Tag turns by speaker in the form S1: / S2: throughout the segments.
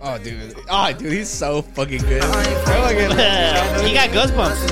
S1: Oh, dude. Oh, dude, he's so fucking good. Look at
S2: you got goosebumps.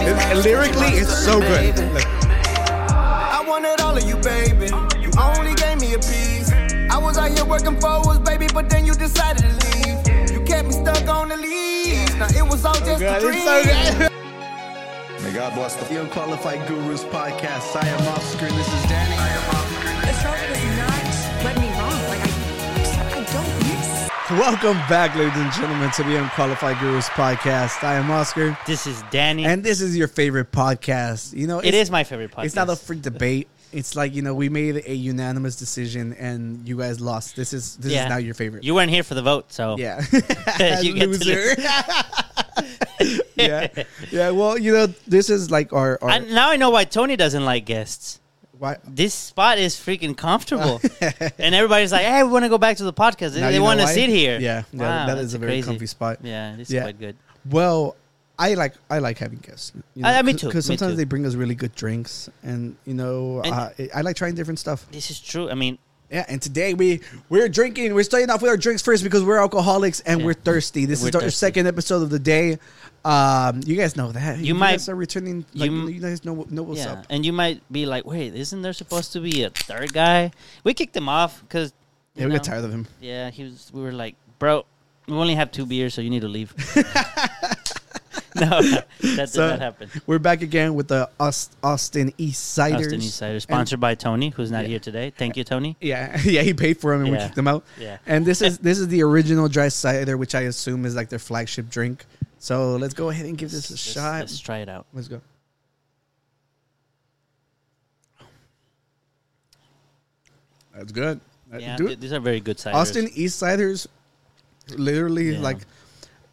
S1: him. Lyrically, it's so good. Look.
S3: I wanted all of you, baby. You only gave me a piece. I was out here working for us, baby, but then you decided to leave. You kept me stuck on the leaves. Now it was all just a
S1: God,
S3: dream.
S1: it's so good.
S4: May God bless the Unqualified Gurus podcast. I am off screen. This is Danny. I am off screen.
S5: astrologer does not let me wrong. Like I, I don't miss.
S1: Welcome back, ladies and gentlemen, to the Unqualified Gurus podcast. I am Oscar,
S2: This is Danny.
S1: and this is your favorite podcast. You know,
S2: it is my favorite podcast.
S1: It's not a free debate. It's like you know we made a unanimous decision, and you guys lost. This is this is now your favorite.
S2: You weren't here for the vote, so
S1: Yeah.
S2: You get to
S1: Loser. yeah. Yeah. Well, you know, this is like our, our
S2: I, now I know why Tony doesn't like guests.
S1: why,
S2: This spot is freaking comfortable, and everybody's like, "Hey, we want to go back to the podcast. They,
S1: now you know
S2: want to
S1: why?
S2: sit here."
S1: Yeah. yeah
S2: Wow,
S1: that is
S2: that's
S1: a very
S2: crazy.
S1: comfy spot.
S2: Yeah, this
S1: Yeah.
S2: is quite good.
S1: Well, I like I like having guests. You
S2: Uh, me too, me
S1: Because sometimes
S2: too.
S1: they bring us really good drinks, and you know,
S2: And-
S1: uh, I- I like trying different stuff.
S2: This is true. I mean,
S1: Yeah, and today we we're drinking. We're starting off with our drinks first because we're alcoholics and
S2: Yeah.
S1: we're thirsty. This
S2: We're
S1: is our
S2: thirsty.
S1: second episode of the day. Um, you guys know that. You,
S2: might-
S1: guys are returning. Like, you,
S2: you-
S1: guys know what- know what's
S2: yeah,
S1: up.
S2: and you might be like, "Wait, isn't there supposed to be a third guy?" We kicked him off because
S1: Yeah, we got tired of him.
S2: Yeah, he was. We were like, bro, we only have two beers, so you need to leave. no, that did
S1: So,
S2: not happen.
S1: We're back again with the Aus- Austin East Ciders.
S2: Austin East Cider,
S1: And-
S2: sponsored by Tony, who's not
S1: Yeah.
S2: here today. Thank you, Tony.
S1: yeah, yeah, he paid for them and we
S2: Yeah.
S1: kicked them out.
S2: Yeah.
S1: And this is this is the original dry cider, which I assume is like their flagship drink. So let's go ahead and give this a
S2: Let's-
S1: shot.
S2: Let's try it out.
S1: Let's go. That's good. That-
S2: Yeah,
S1: dude,
S2: th- these are very good ciders.
S1: Austin East Ciders, literally
S2: Yeah.
S1: like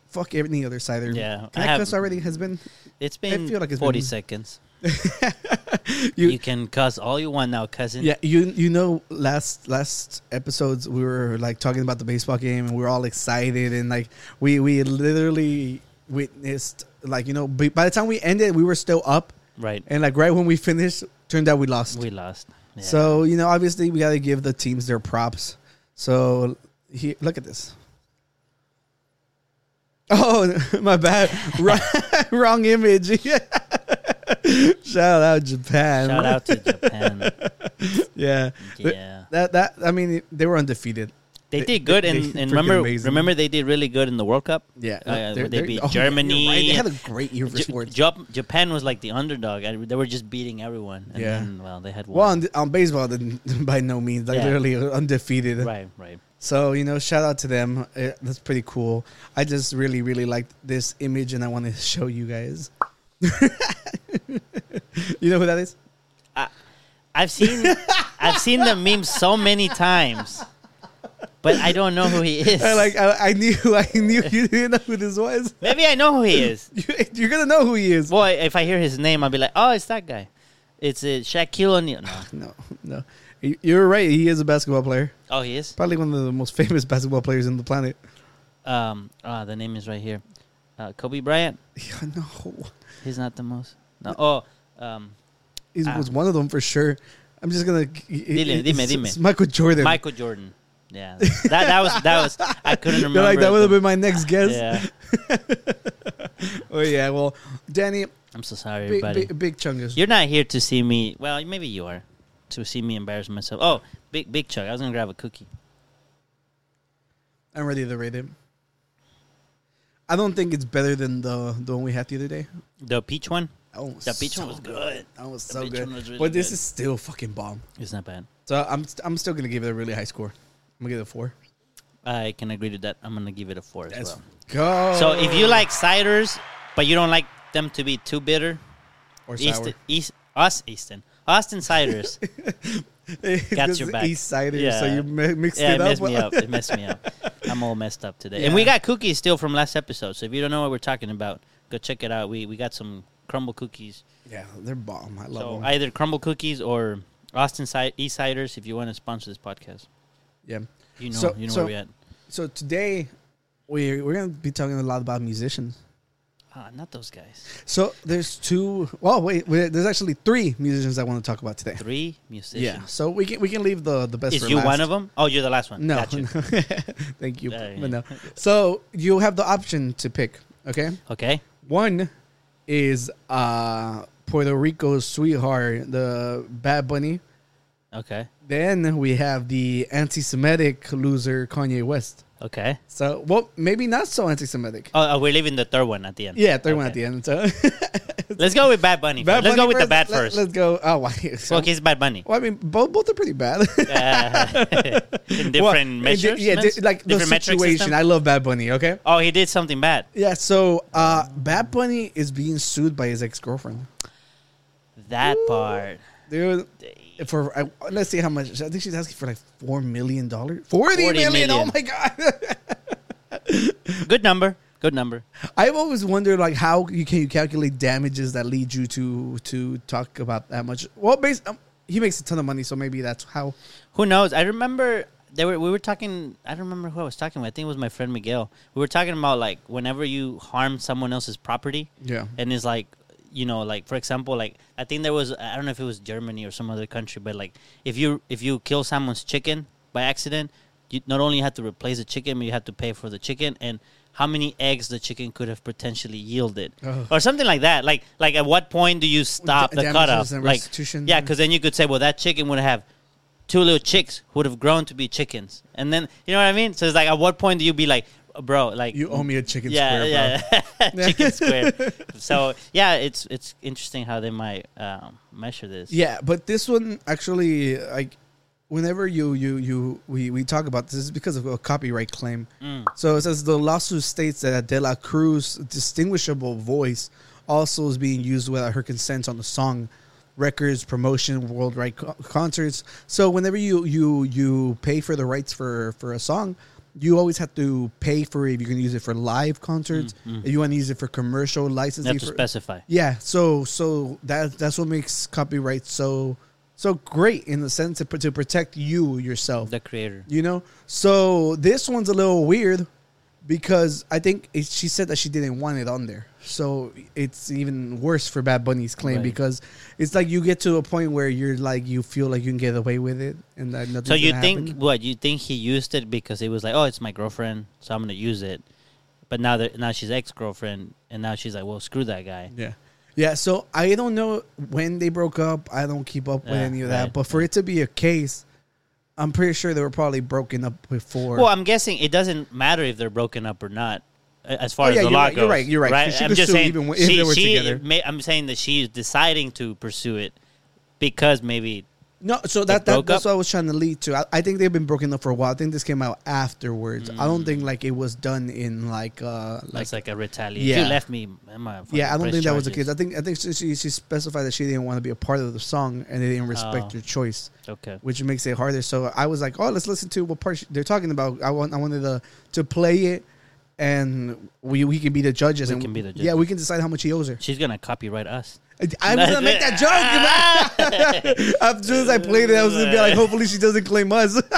S1: fuck any other cider.
S2: Yeah,
S1: Can
S2: I
S1: I,
S2: have-
S1: cuss already? Has been
S2: it's been
S1: feel like it's
S2: forty
S1: been-
S2: seconds.
S1: you,
S2: You, can cuss all you want now, cousin.
S1: Yeah, you you know last last episodes we were like talking about the baseball game and we were all excited and like we we literally witnessed like you know b- by the time we ended we were still up
S2: right.
S1: and like right when we finished turned out we lost.
S2: We lost. Yeah.
S1: So you know, obviously, we got to give the teams their props. So he, look at this. Oh, my bad, wrong, wrong image. Yeah. Shout out Japan.
S2: shout out to Japan.
S1: Yeah. Th-
S2: Yeah.
S1: That that I mean, they were undefeated.
S2: They
S1: They-
S2: did good,
S1: they-
S2: and,
S1: they
S2: and
S1: freaking
S2: remember,
S1: amazing.
S2: remember they did really good in the World Cup.
S1: Yeah. They're-
S2: uh, where they
S1: they're-
S2: beat
S1: oh, you're
S2: Germany.
S1: right. They had a great year for
S2: Ja-
S1: sports.
S2: Jap- Japan was like the underdog. I, they were just beating everyone. And
S1: Yeah.
S2: Then, well, they had
S1: Well,
S2: one.
S1: on, on baseball, then by no means, like
S2: Yeah.
S1: literally undefeated.
S2: right, right.
S1: So you know, shout out to them. Uh, that's pretty cool. I just really, really liked this image, and I want to show you guys. you know who that is?
S2: I've seen, I've seen the meme so many times, but I don't know who he is.
S1: I like. I, I knew. I knew you didn't know who this was.
S2: Maybe I know who he is.
S1: You, you're gonna know who he is.
S2: Boy, if I hear his name, I'll be like, oh, it's that guy. It's uh, Shaquille O'Neal. No.
S1: No, no. You- You're right. He is a basketball player.
S2: Oh, he is.
S1: Probably one of the most famous basketball players on the planet.
S2: Um, ah, the name is right here. Uh, Kobe Bryant.
S1: Yeah, no,
S2: He's not the most. No. Oh, um,
S1: he
S2: Ah.
S1: was one of them for sure. I'm just gonna.
S2: Dile, dime,
S1: it's-
S2: dime.
S1: it's Michael Jordan.
S2: Michael Jordan. Yeah, that that was that was I couldn't remember.
S1: You're like that would have
S2: the-
S1: been my next guess.
S2: Yeah,
S1: Oh yeah. Well, Danny,
S2: I'm so sorry,
S1: big,
S2: everybody.
S1: big, big chungus.
S2: You're not here to see me. Well, maybe you are to see me embarrass myself. Oh, big big chug. I was gonna grab a cookie.
S1: I'm ready to rate it. I don't think it's better than the the one we had the other day.
S2: The peach one.
S1: Oh,
S2: The peach one was good.
S1: That was
S2: The
S1: so
S2: peach
S1: good.
S2: one was really
S1: but this
S2: good.
S1: is still fucking bomb.
S2: It's not bad.
S1: So I'm st- I'm still gonna give it a really high score. I'm gonna give it a four.
S2: I can agree to that. I'm gonna give it a four as
S1: Let's
S2: well.
S1: go.
S2: So if you like ciders, but you don't like them to be too bitter,
S1: or sour,
S2: East, East, us Easton Austin ciders.
S1: got
S2: your back.
S1: East cider, so
S2: Yeah.
S1: you mi- mixed
S2: yeah,
S1: it
S2: it
S1: up.
S2: messed me up. It messed me up. I'm all messed up today. And
S1: Yeah.
S2: we got cookies still from last episode. So if you don't know what we're talking about, go check it out. We we got some crumble cookies.
S1: yeah, they're bomb. I love
S2: so
S1: them.
S2: either crumble cookies or Austin Ci- East Ciders if you want to sponsor this podcast.
S1: yeah.
S2: You know,
S1: So-
S2: you know
S1: so-
S2: where we're at.
S1: So today we we're gonna be talking a lot about musicians.
S2: Ah, not those guys.
S1: So there's two. Well, wait, wait, there's actually three musicians I want to talk about today.
S2: Three
S1: Yeah.
S2: musicians.
S1: So we can we can leave the the best.
S2: Is
S1: for
S2: you
S1: last.
S2: one of them? Oh, you're the last one.
S1: No.
S2: Gotcha.
S1: Thank you.
S2: Yeah, yeah.
S1: But no. So you have the option to pick. Okay.
S2: Okay.
S1: One is uh Puerto Rico's sweetheart, the Bad Bunny.
S2: Okay.
S1: Then we have the anti-Semitic loser Kanye West.
S2: Okay.
S1: So well, maybe not so anti-Semitic.
S2: Oh, oh, we're leaving the third one at the end.
S1: yeah, third one at
S2: Okay.
S1: the end. So
S2: Let's go with Bad Bunny.
S1: Bad
S2: first. let's
S1: Bunny
S2: go with the bad
S1: Let-
S2: 1st
S1: Let's go. Oh, why? So,
S2: okay, it's Bad Bunny.
S1: Well, I mean, both both are pretty bad.
S2: Uh, in different
S1: Well, it
S2: measures.
S1: did- Yeah,
S2: means?
S1: di- like the
S2: different metric system?
S1: situation. I love Bad Bunny. Okay.
S2: oh, he did something bad.
S1: Yeah. So uh, Bad Bunny is being sued by his ex girlfriend,
S2: That part.
S1: dude. For I, let's see how much. I think she's asking for like four million dollars. Forty
S2: 40
S1: million. Oh
S2: million.
S1: my god.
S2: Good number. Good number.
S1: I've always wondered like how you can you calculate damages that lead you to to talk about that much. Well, based um, he makes a ton of money, so maybe that's how.
S2: Who knows? I remember they were we were talking. I don't remember who I was talking with. I think it was my friend Miguel. We were talking about like whenever you harm someone else's property.
S1: Yeah.
S2: and it's like you know, like for example, like I think there was I don't know if it was Germany or some other country, but like if you if you kill someone's chicken by accident, you not only have to replace the chicken, but you have to pay for the chicken and how many eggs the chicken could have potentially yielded,
S1: Ugh.
S2: or something like that. Like, like at what point do you stop
S1: da-
S2: the
S1: damages
S2: cutoff?
S1: and
S2: Like,
S1: restitution.
S2: yeah, because then you could say, well, that chicken would have two little chicks would have grown to be chickens, and then you know what I mean. So it's like, at what point do you be like, bro, like
S1: You owe me a chicken
S2: yeah,
S1: square, bro.
S2: yeah, chicken square. So yeah, it's it's interesting how they might um, measure this.
S1: Yeah, but this one actually like whenever you you you we, we talk about this is because of a copyright claim. So it says the lawsuit states that De La Cruz's distinguishable voice also is being used without her consent on the song records promotion worldwide co- concerts so whenever you you you pay for the rights for for a song you always have to pay for it if you can use it for live concerts if you want to use it for commercial
S2: you
S1: licensing
S2: have to
S1: for-
S2: specify.
S1: yeah, so so that that's what makes copyright so so great in the sense to, pr- to protect you yourself.
S2: The creator.
S1: You know, so this one's a little weird because I think it, she said that she didn't want it on there. So it's even worse for Bad Bunny's claim
S2: Right.
S1: because it's like you get to a point where you're like you feel like you can get away with it and that nothing.
S2: So you think what? You think he used it because it was like, oh, it's my girlfriend, so I'm gonna use it. But now that now she's ex girlfriend, and now she's like, well, screw that guy.
S1: Yeah. Yeah, so I don't know when they broke up. I don't keep up with
S2: Yeah,
S1: any of that.
S2: right,
S1: But for it to be a case, I'm pretty sure they were probably broken up before.
S2: Well, I'm guessing it doesn't matter if they're broken up or not, a- as far
S1: Oh,
S2: as
S1: yeah,
S2: the
S1: you're
S2: law
S1: right,
S2: goes.
S1: you're right, you're right. She
S2: I'm
S1: could
S2: just
S1: sue
S2: saying.
S1: even if
S2: she,
S1: they were
S2: she-
S1: together.
S2: may- I'm saying that she's deciding to pursue it because maybe
S1: no, so that, that
S2: broke
S1: that's
S2: up?
S1: what I was trying to lead to. I, I think they've been broken up for a while. I think this came out afterwards. I
S2: Mm.
S1: don't think like it was done in like uh like
S2: that's like a retaliation.
S1: Yeah.
S2: You left me. I'm a fucking
S1: yeah. I don't
S2: press
S1: think that was the
S2: charges.
S1: case. I think I think she- she she specified that she didn't want to be a part of the song and they didn't respect
S2: Oh.
S1: her choice.
S2: Okay.
S1: which makes it harder. So I was like, oh, let's listen to what part they're talking about. I want, I wanted to to play it, and we we can be the judges.
S2: We
S1: and
S2: can be the
S1: Yeah,
S2: judges.
S1: we can decide how much he owes her.
S2: She's gonna copyright us.
S1: I was gonna make that joke. as soon as I played it, I was gonna be like, hopefully she doesn't claim us.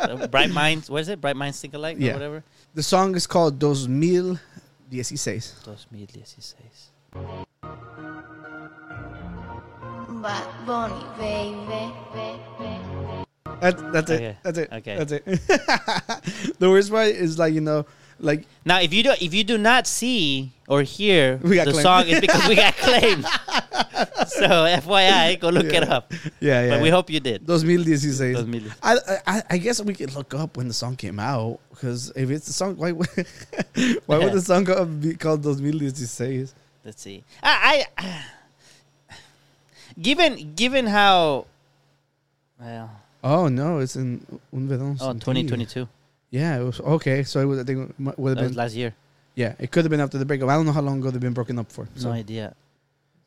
S2: Uh, Bright minds. What is it? Bright minds think alike
S1: Yeah.
S2: or whatever.
S1: the song is called Dos Mil Dieciséis.
S2: 2016.
S6: Bad Bunny, baby.
S1: That's that's it.
S2: Okay.
S1: That's it.
S2: Okay.
S1: That's it. the worst part is like you know, like
S2: Now, if you do, if you do not see or hear
S1: We got
S2: the
S1: claimed.
S2: song, it's because we got claimed. so, FYI, go look it up.
S1: yeah, yeah.
S2: But we hope you did.
S1: 2016.
S2: 2016.
S1: I, I- I I guess we could look up when the song came out because if it's the song, why would- why would the song go- be called 2016?
S2: Let's see. I, I given given how well
S1: Oh no, it's in Un Verano
S2: oh
S1: Sin Ti.
S2: 2022
S1: Yeah, it was okay. So it was, I think it would
S2: that
S1: have
S2: was
S1: been
S2: last year.
S1: yeah, it could have been after the breakup. I don't know how long ago they've been broken up for. So
S2: No idea.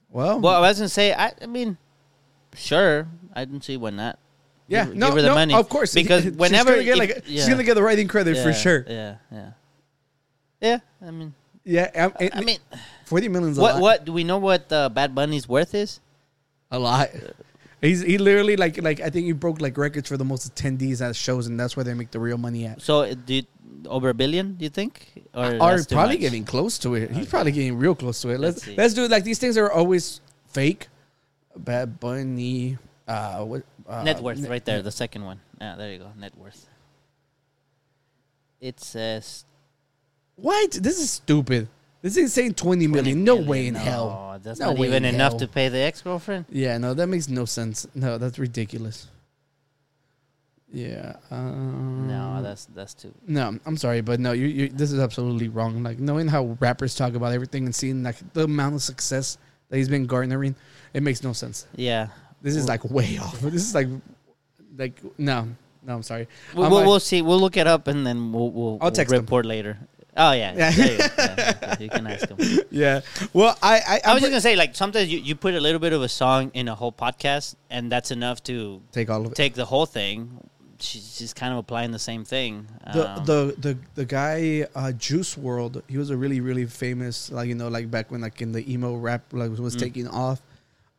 S1: well,
S2: Well, I was gonna say. I, I mean, sure. I didn't see why not.
S1: yeah,
S2: give,
S1: no,
S2: give her the
S1: no,
S2: money
S1: of course
S2: because
S1: She's
S2: whenever
S1: gonna get,
S2: if-
S1: like, she's
S2: yeah,
S1: gonna get the writing credit for
S2: yeah,
S1: sure.
S2: Yeah, yeah, yeah. I mean,
S1: Yeah, I'm- it-
S2: I mean,
S1: forty million's a
S2: what
S1: lot.
S2: what do we know? What uh, Bad Bunny's worth is?
S1: A lot. He's he literally like like I think he broke like records for the most attendees at shows, and that's where they make the real money at.
S2: So uh, do you, over a billion? Do you think? Or
S1: Are
S2: that's too
S1: probably
S2: much?
S1: getting close to it. He's probably getting real close to it. Let's
S2: Let's see.
S1: let's, do it. Like these things are always fake. Bad Bunny. Uh, what uh,
S2: net worth
S1: ne-
S2: right there, the second one. Yeah, there you go, net worth. It says
S1: What? This is stupid. This is saying twenty million. No way in
S2: No,
S1: hell.
S2: That's
S1: No
S2: not
S1: way
S2: even
S1: in
S2: enough
S1: hell.
S2: to pay the ex girlfriend.
S1: Yeah, no, that makes no sense. No, that's ridiculous. Yeah. Um,
S2: No, that's that's too.
S1: No, I'm sorry, but no, you, you this is absolutely wrong. Like knowing how rappers talk about everything and seeing like the amount of success that he's been garnering, it makes no sense.
S2: Yeah,
S1: This is like way off. This is like like no, no, I'm sorry.
S2: we'll,
S1: I'm
S2: we'll,
S1: like-
S2: we'll see. We'll look it up and then we'll we'll,
S1: I'll
S2: we'll
S1: text him.
S2: report later. Oh yeah,
S1: Yeah.
S2: there you, go. Yeah, yeah, you can ask him.
S1: yeah. Well, I I,
S2: I was just gonna say, like sometimes you, you put a little bit of a song in a whole podcast, and that's enough to
S1: take all of it.
S2: take the whole thing. She's, she's kind of applying the same thing.
S1: the,
S2: Um,
S1: the the the guy uh, Juice World. He was a really really famous like you know like back when like in the emo rap like was taking off.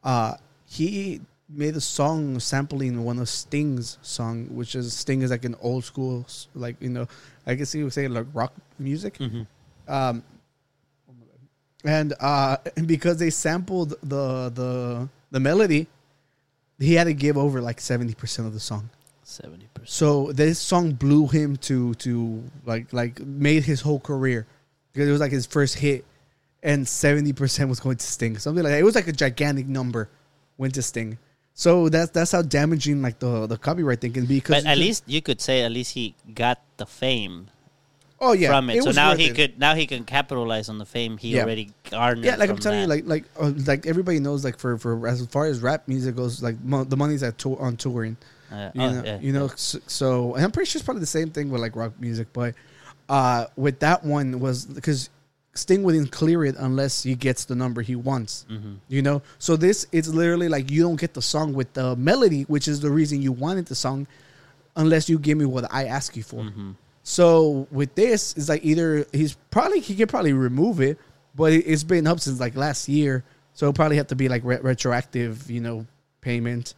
S1: Uh, he made a song sampling one of Sting's song, which is Sting is like an old school s- like you know I guess he would say like rock music. Um, and uh, and because they sampled the the the melody, he had to give over like seventy percent of the song.
S2: seventy percent.
S1: So this song blew him to to like like made his whole career because it was like his first hit, and seventy percent was going to Sting, something like that. It was like a gigantic number went to Sting. So that's that's how damaging like the the copyright thing can be. 'cause
S2: But at
S1: you-
S2: least you could say at least he got the fame
S1: oh yeah,
S2: from it. so
S1: was
S2: now
S1: worth
S2: he
S1: it.
S2: could now he can capitalize on the fame he
S1: Yeah.
S2: already garnered.
S1: Yeah, like I'm
S2: from
S1: telling you,
S2: that.
S1: like like uh, like everybody knows, like for for as far as rap music goes, like mo- the money's at tour on touring.
S2: Uh,
S1: you
S2: oh,
S1: know,
S2: yeah,
S1: you know. So, so and I'm pretty sure it's probably the same thing with like rock music, but uh, with that one was because Sting wouldn't clear it unless he gets the number he wants.
S2: Mm-hmm.
S1: You know, so this it's literally like you don't get the song with the melody, which is the reason you wanted the song, unless you give me what I ask you for.
S2: Mm-hmm.
S1: So with this, it's like either he's probably he could probably remove it, but it- it's been up since like last year, so it'll probably have to be like re- retroactive, you know, payment.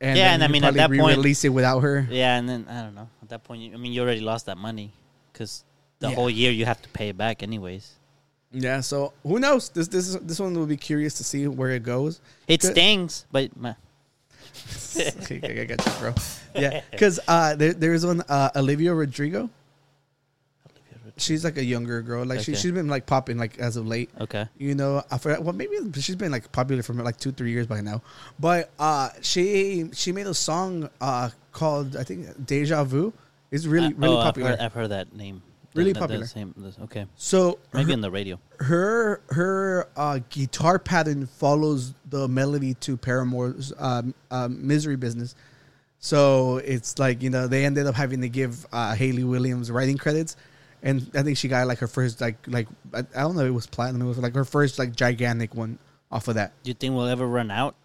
S1: And
S2: Yeah,
S1: then
S2: and I
S1: you
S2: mean, at
S1: probably
S2: that point-
S1: re-release it without her.
S2: yeah, and then I don't know. At that point, you, I mean, you already lost that money because the
S1: Yeah.
S2: whole year you have to pay it back anyways.
S1: Yeah, so who knows? This this is this one will be curious to see where it goes.
S2: It
S1: Good.
S2: stings, but meh.
S1: okay, I got you, bro. Yeah, because uh, there there's one uh, Olivia Rodrigo. She's like a younger girl. Like she
S2: Okay.
S1: she's been like popping like as of late.
S2: okay.
S1: You know, I forgot. Well, maybe she's been like popular for like two, three years by now. But uh, she she made a song uh called I think "Deja Vu." It's really
S2: Uh,
S1: really
S2: oh, I've
S1: popular.
S2: heard- I've heard, that name.
S1: Really
S2: That- that-
S1: popular.
S2: that same- this- okay,
S1: So
S2: maybe on the radio.
S1: her her uh, guitar pattern follows the melody to Paramore's um, uh, "Misery Business," so it's like you know they ended up having to give uh, Haley Williams writing credits, and I think she got like her first like like I, I don't know it was platinum it was like her first like gigantic one off of that.
S2: Do you think we'll ever run out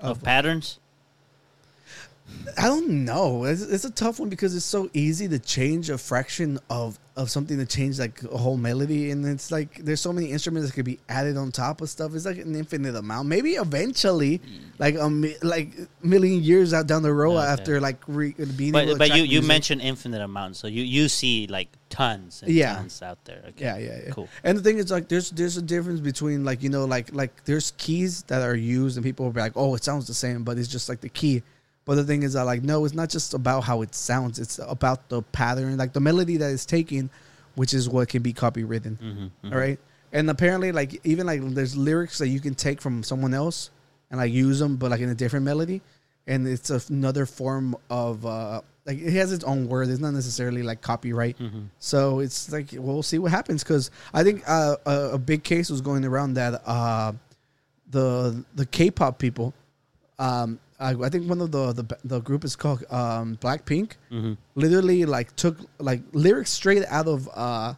S2: of patterns?
S1: I don't know. It's, it's a tough one because it's so easy to change a fraction of of something to change like a whole melody, and it's like there's so many instruments that could be added on top of stuff. It's like an infinite amount. Maybe eventually, like a mi- like million years out down the road
S2: Okay.
S1: after like re- being. able
S2: But
S1: to
S2: but
S1: track
S2: you, you
S1: music.
S2: mentioned infinite amounts, so you, you see like tons and
S1: Yeah.
S2: tons out there. Okay.
S1: Yeah, yeah, yeah.
S2: Cool.
S1: And the thing is, like, there's there's a difference between like you know like like there's keys that are used and people will be like, oh, it sounds the same, but it's just like the key. But the thing is, I like no, it's not just about how it sounds; it's about the pattern, like the melody that is taken, which is what can be copywritten. All right, and apparently, like even like there's lyrics that you can take from someone else and like use them, but like in a different melody, and it's a- another form of uh like it has its own word. It's not necessarily like copyright. So it's like we'll see what happens because I think uh, a, a big case was going around that uh the the K-pop people. Um, I, I think one of the the, the group is called um, Blackpink. Literally, like took like lyrics straight out of uh,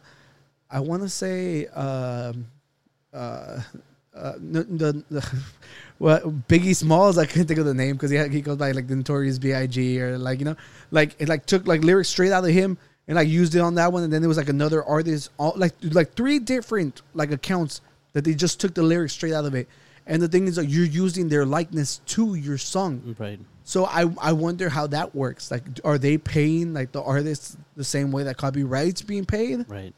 S1: I want to say um, uh, uh, no, the, the well Biggie Smalls. I couldn't think of the name because he had, he goes by like the Notorious B.I.G. or like you know like it like took like lyrics straight out of him and like used it on that one and then there was like another artist all like like three different like accounts that they
S2: Mm-hmm.
S1: just took the lyrics straight out of it and the thing is that you're using their likeness to your song
S2: Right.
S1: So I I wonder how that works. Like, are they paying like the artists the same way that copyrights being paid?
S2: Right.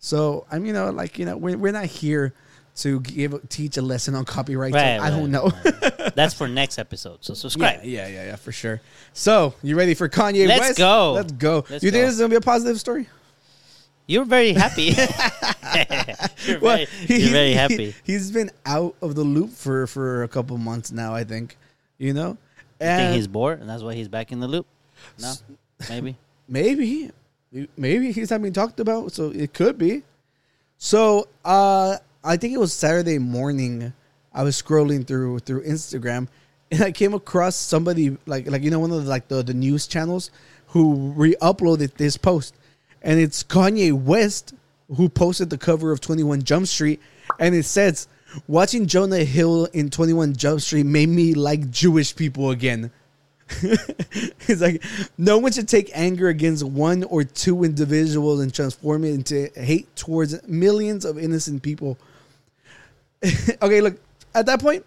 S1: So I'm you know like you know we're we're not here to give teach a lesson on copyright. so
S2: Right,
S1: I don't
S2: right,
S1: know.
S2: That's for next episode. So subscribe.
S1: Yeah, yeah, yeah, yeah, for sure. So, you ready for Kanye
S2: Let's
S1: West?
S2: go.
S1: Let's go.
S2: Let's
S1: you think
S2: go.
S1: this is gonna be a positive story?
S2: You're very happy. you're, very, you're very happy.
S1: He, has been out of the loop for for a couple months now. I think, you know,
S2: I think
S1: and
S2: he's bored, and that's why he's back in the loop. No, maybe.
S1: maybe maybe he's not being talked about, so it could be. So, uh, I think it was Saturday morning. I was scrolling through through Instagram, and I came across somebody like like you know one of the, like the, the news channels who re-uploaded this post, and it's Kanye West who posted the cover of Twenty One Jump Street, and it says, "Watching Jonah Hill in Twenty One Jump Street made me like Jewish people again." it's like no one should take anger against one or two individuals and transform it into hate towards millions of innocent people. okay, look, at that point,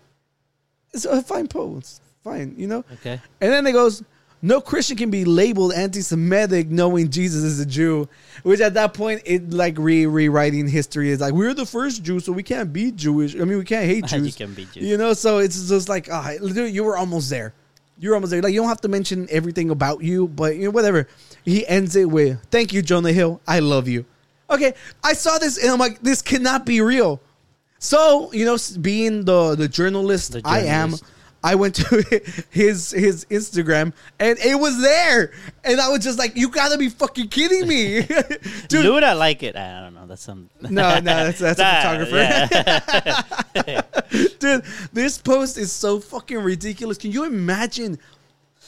S1: it's a fine post. Fine, you know?
S2: Okay.
S1: And then it goes, no Christian can be labeled anti Semitic knowing Jesus is a Jew. Which at that point it like re rewriting history is like we're the first Jew, so we can't be Jewish. I mean we can't hate
S2: You
S1: Jews.
S2: can be Jew.
S1: You know, so it's just like ah, dude, you were almost there. You're almost there. Like you don't have to mention everything about you, but you know, whatever. He ends it with, Thank you, Jonah Hill. I love you. Okay. I saw this and I'm like, this cannot be real. So you know, s- being the the journalist,
S2: The
S1: I am,
S2: journalist.
S1: I went to his his Instagram and it was there, and I was just like, "You gotta be fucking kidding me, dude!"
S2: Luda like it. I don't know. That's some.
S1: No, no, that's that's
S2: Nah,
S1: a photographer,
S2: yeah.
S1: dude. This post is so fucking ridiculous. Can you imagine?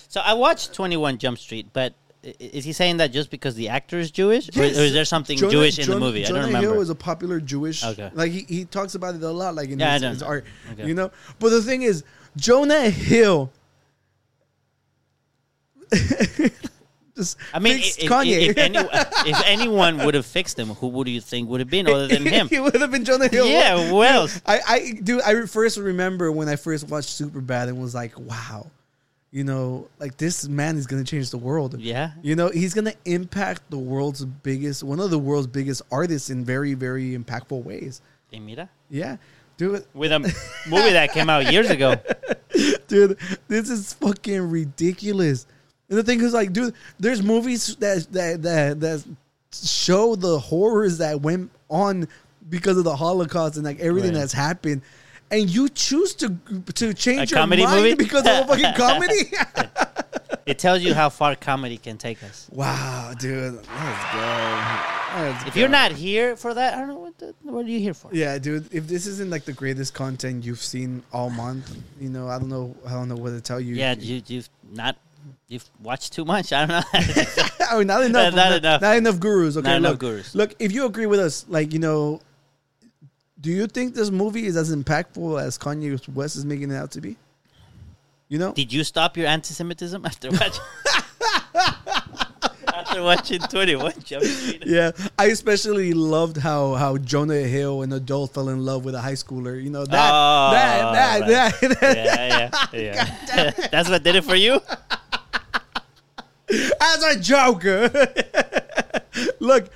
S2: so I watched Twenty One Jump Street, but i- is he saying that just because the actor is Jewish, or, is, or is there something
S1: Jonah-
S2: Jewish in
S1: Jonah-
S2: the movie? I
S1: Jonah
S2: don't remember.
S1: Hill is a popular Jewish.
S2: Okay.
S1: Like he, he talks about it a lot, like in
S2: Yeah, I
S1: his,
S2: don't
S1: his
S2: know.
S1: art,
S2: Okay.
S1: you know. But the thing is, Jonah Hill. Just
S2: I mean,
S1: fixed
S2: i- if, if, any, if anyone would have fixed him, who would you think would have been other than him?
S1: it would have been Jonah Hill.
S2: yeah, who else?
S1: I, I do. I first remember when I first watched Superbad and was like, wow, you know, like this man is gonna change the world.
S2: Yeah.
S1: you know, he's gonna impact the world's biggest, one of the world's biggest artists in very, very impactful ways.
S2: Hey, mira.
S1: Yeah, dude,
S2: With a movie that came out years ago.
S1: dude, this is fucking ridiculous. And the thing is, like, dude, there's movies that that that that show the horrors that went on because of the Holocaust and like everything
S2: Right.
S1: that's happened, and you choose to to change
S2: A
S1: your
S2: comedy
S1: mind
S2: movie?
S1: because of a fucking comedy.
S2: It tells you how far comedy can take us.
S1: wow, dude, let's go. Let's
S2: If
S1: go.
S2: you're not here for that, I don't know what, the, what are you here for.
S1: Yeah, dude. If this isn't like the greatest content you've seen all month, you know, I don't know, I don't know what to tell you.
S2: Yeah, you, you've not you've watched too much. I don't know.
S1: oh, not enough.
S2: Not
S1: not
S2: enough.
S1: enough. gurus. Okay,
S2: enough
S1: look,
S2: gurus.
S1: Look, if you agree with us, like you know, do you think this movie is as impactful as Kanye West is making it out to be? You know,
S2: Did you stop your anti-Semitism after watching? after watching Twenty One Jump Street?
S1: yeah. I especially loved how how Jonah Hill, an adult, fell in love with a high schooler. You know that
S2: Oh,
S1: that that,
S2: right.
S1: that
S2: Yeah, yeah, yeah. That's what did it for you.
S1: as a joker. Look,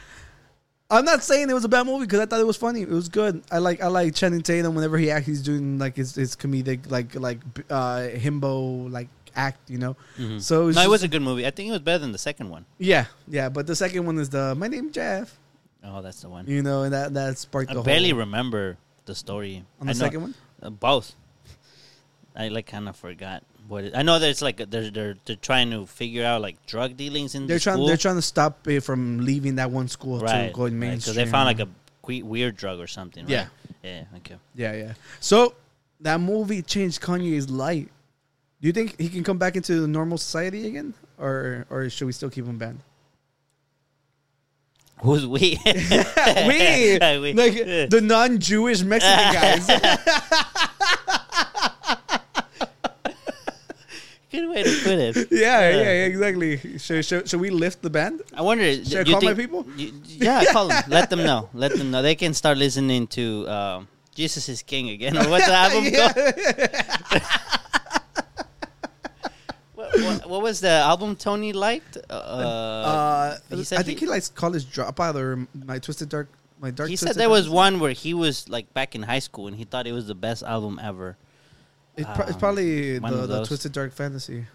S1: I'm not saying it was a bad movie because I thought it was funny. It was good. I like I like Channing Tatum whenever he acts. He's doing like his, his comedic like like uh himbo like act. You know. So
S2: Mm-hmm. No, it
S1: just-
S2: was a good movie. I think it was better than the second one.
S1: yeah yeah. But the second one is the my name Jeff.
S2: Oh, that's the one.
S1: You know, and that that sparked
S2: I
S1: the
S2: barely
S1: whole.
S2: remember the story.
S1: On the
S2: I know-
S1: second one?
S2: Uh, both. I like kind of forgot what it, I know. There's like uh, they're they're they're trying to figure out like drug dealings in
S1: They're
S2: the
S1: trying.
S2: school.
S1: They're trying to stop it from leaving that one school
S2: right,
S1: to going
S2: right,
S1: mainstream.
S2: they found like a que- weird drug or something. Right?
S1: Yeah.
S2: yeah, okay.
S1: Yeah, yeah. So that movie changed Kanye's life. Do you think he can come back into the normal society again, or or should we still keep him banned?
S2: Who's we?
S1: we,
S2: We.
S1: like the non-Jewish Mexican guys.
S2: Good way to put it.
S1: yeah, yeah, yeah, exactly. Should, should, should we lift the ban?
S2: I wonder.
S1: Should I
S2: do you
S1: call my
S2: think-
S1: people?
S2: you- yeah, call them. Let them know. Let them know. They can start listening to um, Jesus is King again. Or what's the album
S1: Yeah.
S2: called? What- what was the album Tony liked? Uh,
S1: Uh,
S2: he said
S1: I think he, likes College Dropout or My Twisted Dark. My Dark.
S2: he
S1: Twisted
S2: said there was
S1: Dark-
S2: one where he was like back in high school and he thought it was the best album ever.
S1: It pro- it's
S2: um,
S1: probably
S2: one
S1: the,
S2: of
S1: the
S2: those.
S1: Twisted Dark Fantasy.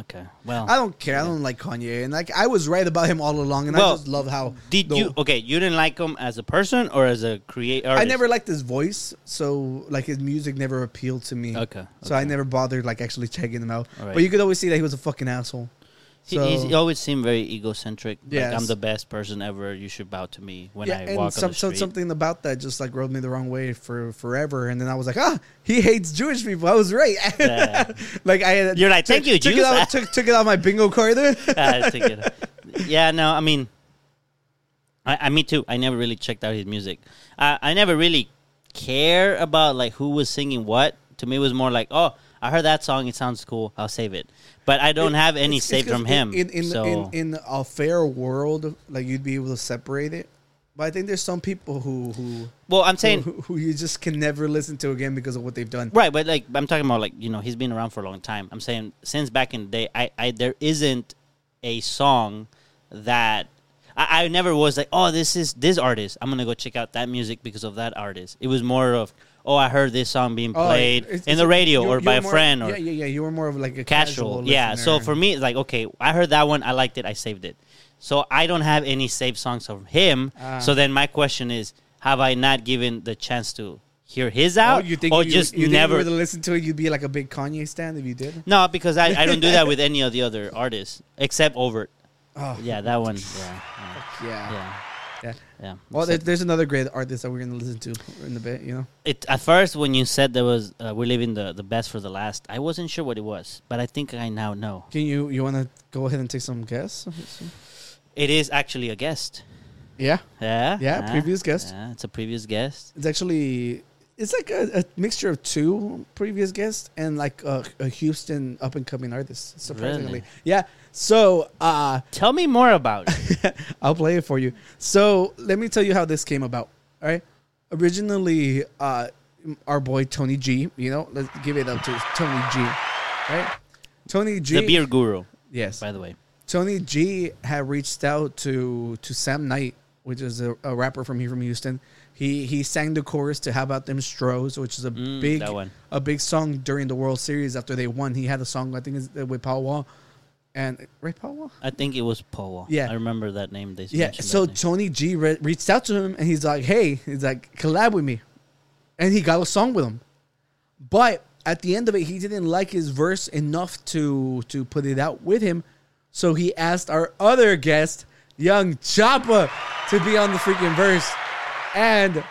S2: Okay, well,
S1: I don't care. I don't like Kanye, and like I was right about him all along, and I
S2: Well,
S1: just love how
S2: did
S1: the-
S2: you? Okay, you didn't like him as a person or as a creator.
S1: I never liked his voice, so like his music never appealed to me.
S2: Okay,
S1: So I never bothered like actually checking him out.
S2: All right.
S1: But you could always see that he was a fucking asshole.
S2: He,
S1: So,
S2: he's, he always seemed very egocentric. Like, I'm
S1: Yes.
S2: the best person ever. You should bow to me when
S1: yeah,
S2: I
S1: and
S2: walk on
S1: some,
S2: the
S1: so-
S2: street.
S1: something about that just like rubbed me the wrong way for forever. And then I was like, ah, he hates Jewish people. I was right.
S2: Yeah.
S1: like I, had-
S2: You're like, "Thank you,
S1: took
S2: Jews."
S1: It out, took, took it out my bingo card.
S2: I think it- yeah, no, I mean, I, I, me too. I never really checked out his music. I, I never really care about like who was singing what. To me, it was more like, oh, I heard that song. It sounds cool. I'll save it. But I don't have
S1: It's-
S2: any
S1: it's
S2: saved
S1: 'cause
S2: from him.
S1: In in,
S2: so
S1: in in a fair world, like you'd be able to separate it. But I think there's some people who who
S2: well, I'm saying
S1: who, who you just can never listen to again because of what they've done.
S2: Right, but like I'm talking about like you know he's been around for a long time. I'm saying since back in the day, I, I there isn't a song that I, I never was like oh this is this artist I'm gonna go check out that music because of that artist. It was more of oh I heard this song being
S1: Oh,
S2: played
S1: it's- it's-
S2: in the radio
S1: you-
S2: or
S1: you
S2: by
S1: were
S2: a
S1: more-
S2: friend or
S1: yeah, yeah, yeah. You were more of like a
S2: casual.
S1: casual.
S2: yeah. So
S1: listener.
S2: for me, it's like okay, I heard that one. I liked it. I saved it. So I don't have any saved songs from him.
S1: Ah.
S2: so then my question is, have I not given the chance to hear his out,
S1: Oh, you think
S2: or
S1: you,
S2: oh, just
S1: you think
S2: never?
S1: if you were to listen to it, you'd be like a big Kanye stan if you did.
S2: No, because I, I don't do that with any of the other artists except Overt.
S1: Oh
S2: Yeah, that one. Yeah,
S1: yeah.
S2: yeah, yeah.
S1: yeah.
S2: yeah.
S1: Well, there,
S2: Except-
S1: there's another great artist that we're gonna listen to in a bit. You know,
S2: it, at first when you said there was uh, we're leaving the, the best for the last, I wasn't sure what it was, but I think I now know.
S1: can you you want to go ahead and take some guess?
S2: It is actually a guest.
S1: Yeah,
S2: Yeah,
S1: Yeah, previous guest.
S2: Yeah, it's a previous guest.
S1: it's actually it's like a, a mixture of two previous guests and like a, a Houston up and coming artist. Surprisingly,
S2: Really?
S1: yeah. So uh,
S2: Tell me more about. It.
S1: I'll play it for you. So let me tell you how this came about. All right. Originally, uh, our boy Tony G. You know, let's give it up to Tony G. Right. Tony G.
S2: the beer guru,
S1: Yes.
S2: by the way.
S1: Tony G had reached out to to Sam Knight, which is a, a rapper from here from Houston. He he sang the chorus to "How About Them Stros," which is a
S2: Mm,
S1: big
S2: that one.
S1: a big song during the World Series after they won. He had a song I think is with Paul Wall, and right Paul Wall.
S2: I think it was Paul.
S1: Yeah.
S2: I remember that name. They
S1: Yeah.
S2: mentioned
S1: So
S2: that
S1: Tony
S2: name.
S1: G re- reached out to him and he's like, "Hey," he's like, "Collab with me," and he got a song with him. But at the end of it, he didn't like his verse enough to to put it out with him, so he asked our other guest, Young Choppa, to be on the freaking verse, and.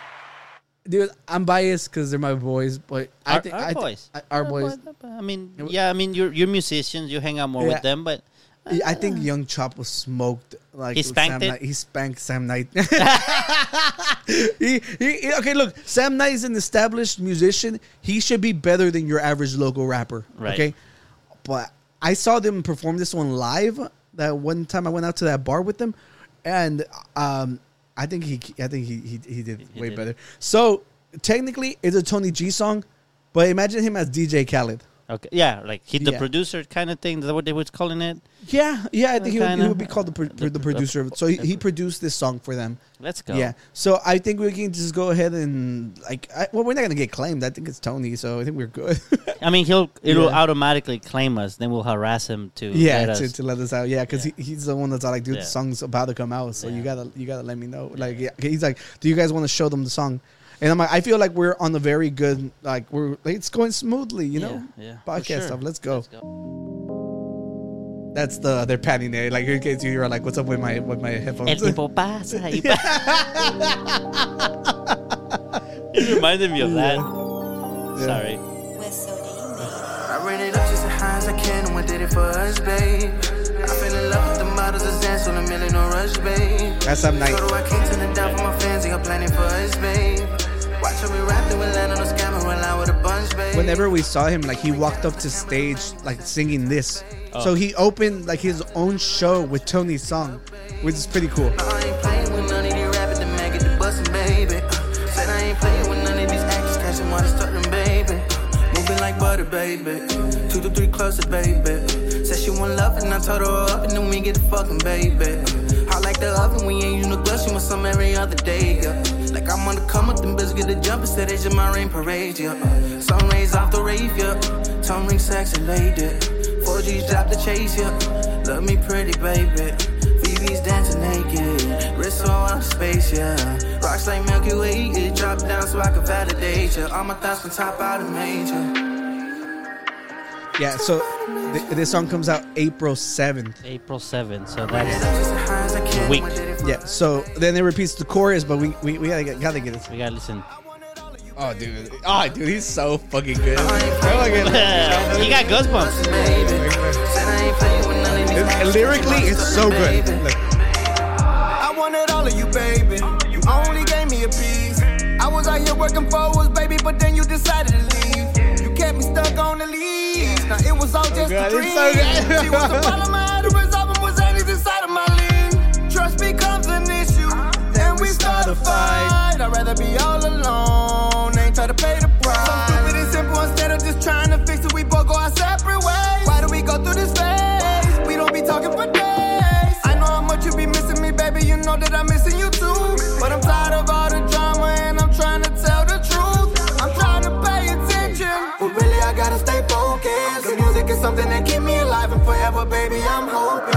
S1: Dude, I'm biased because they're my boys, but I
S2: our,
S1: think
S2: our
S1: I thi-
S2: boys,
S1: I- our boys.
S2: I mean, yeah, I mean, you're you're musicians. You hang out more
S1: Yeah.
S2: with them, but
S1: I think Young Chop was smoked. Like
S2: He
S1: with Sam
S2: spanked it?
S1: Knight. He spanked Sam Knight. he, he, he- okay, look, Sam Knight is an established musician. He should be better than your average local rapper.
S2: Right.
S1: Okay, but I saw them perform this one live. That one time I went out to that bar with them, and um, I think he, I think he, he, he did
S2: He
S1: way
S2: did.
S1: better. So technically, it's a Tony G song, but imagine him as DJ Khaled.
S2: Okay. Yeah, like he the
S1: Yeah.
S2: producer kind of thing. Is that what they was calling it?
S1: Yeah, yeah, I think he would, he
S2: Kinda.
S1: would be called the, pro-
S2: The-
S1: the
S2: the-
S1: producer. of it. So he, he produced this song for them.
S2: Let's go.
S1: Yeah, so I think we can just go ahead and like, I, well, we're not gonna get claimed. I think it's Tony, so I think we're good.
S2: I mean, he'll it'll
S1: Yeah.
S2: automatically claim us. Then we'll harass him to
S1: yeah,
S2: let
S1: to,
S2: us-
S1: to let us out. Yeah, because
S2: Yeah.
S1: he, he's the one that's all like, dude,
S2: Yeah.
S1: the song's about to come out, so you
S2: Yeah.
S1: gotta you gotta let me know. Like, yeah, he's like, do you guys want to show them the song? And I'm like, I feel like we're on a very good like we're like, it's going smoothly, you know.
S2: Yeah, yeah, for
S1: podcast
S2: sure.
S1: stuff. Let's go.
S2: Let's go.
S1: That's the they're patting it. Like in case you're like, what's up with my with my
S2: El
S1: headphones?
S2: tiempo pasa y pa- It reminded me of that. Sorry.
S3: I ran it up just as high as I can and we did it for us, babe. I fell in love with the models of dance on a million no rush, babe.
S1: That's Sam Knight.
S3: So do I can't turn it down for my fans, they got planning for us, babe. Watch how we rap, then we land on a scam and we line with a bunch, babe.
S1: whenever we saw him like he walked up to stage like singing this so he opened like his own show with tony's song which is pretty cool
S3: I ain't playing with none of these rappers, the mag at the bussin', baby. Uh, Said I ain't playing with none of these actors, catch 'em while they startin', baby. Moving like butter, baby. Two to three closer, baby. Said she want love and I told her up and then we get the fucking baby. I like the oven, we ain't using the glove, she want some every other day, yeah. Like I'm on the come up, them bitches get a jump instead of just my rain parade, yeah. Uh, Sun rays off the rave, yeah. Tongue ring sexy lady. 4G's drop the chase, yeah. Love me pretty, baby. BB's dancing naked. Wrist so out of space, yeah. Rocks like Milky Way, it drop down so I can validate ya. All my thoughts from top out of major.
S1: Yeah, so th- this song comes out April 7th.
S2: April 7th. So that's
S3: Just as high as I can
S2: Weak.
S3: when I did it for
S1: Yeah, so then it repeats the chorus, but we, we, we gotta, get, gotta get it.
S2: we gotta listen.
S1: Oh, dude. Oh, dude, he's so fucking good.
S2: you got goosebumps.
S1: It's- lyrically, it's so good. Look,
S3: I wanted all of you, baby. You only gave me a piece. I was out here working forwards, baby, but then you decided to leave. You kept me stuck on the leaves. Now it was all just
S1: God, it's
S3: a dream.
S1: so good.
S3: she was the problem I had to resolve and was anything inside of my league. Trust becomes an issue. Then we start a fight. I'd rather be all alone. Ain't try to pay the price. So stupid and simple instead of just trying to fix it. We both go our separate ways. Why do we go through this phase? We don't be talking for days. I know how much you be missing me, baby. You know that I'm missing you too. But I'm tired of all the drama and I'm trying to tell the truth. I'm trying to pay attention. But really, I gotta stay focused. The music is something that keep me alive and forever, baby. I'm hoping.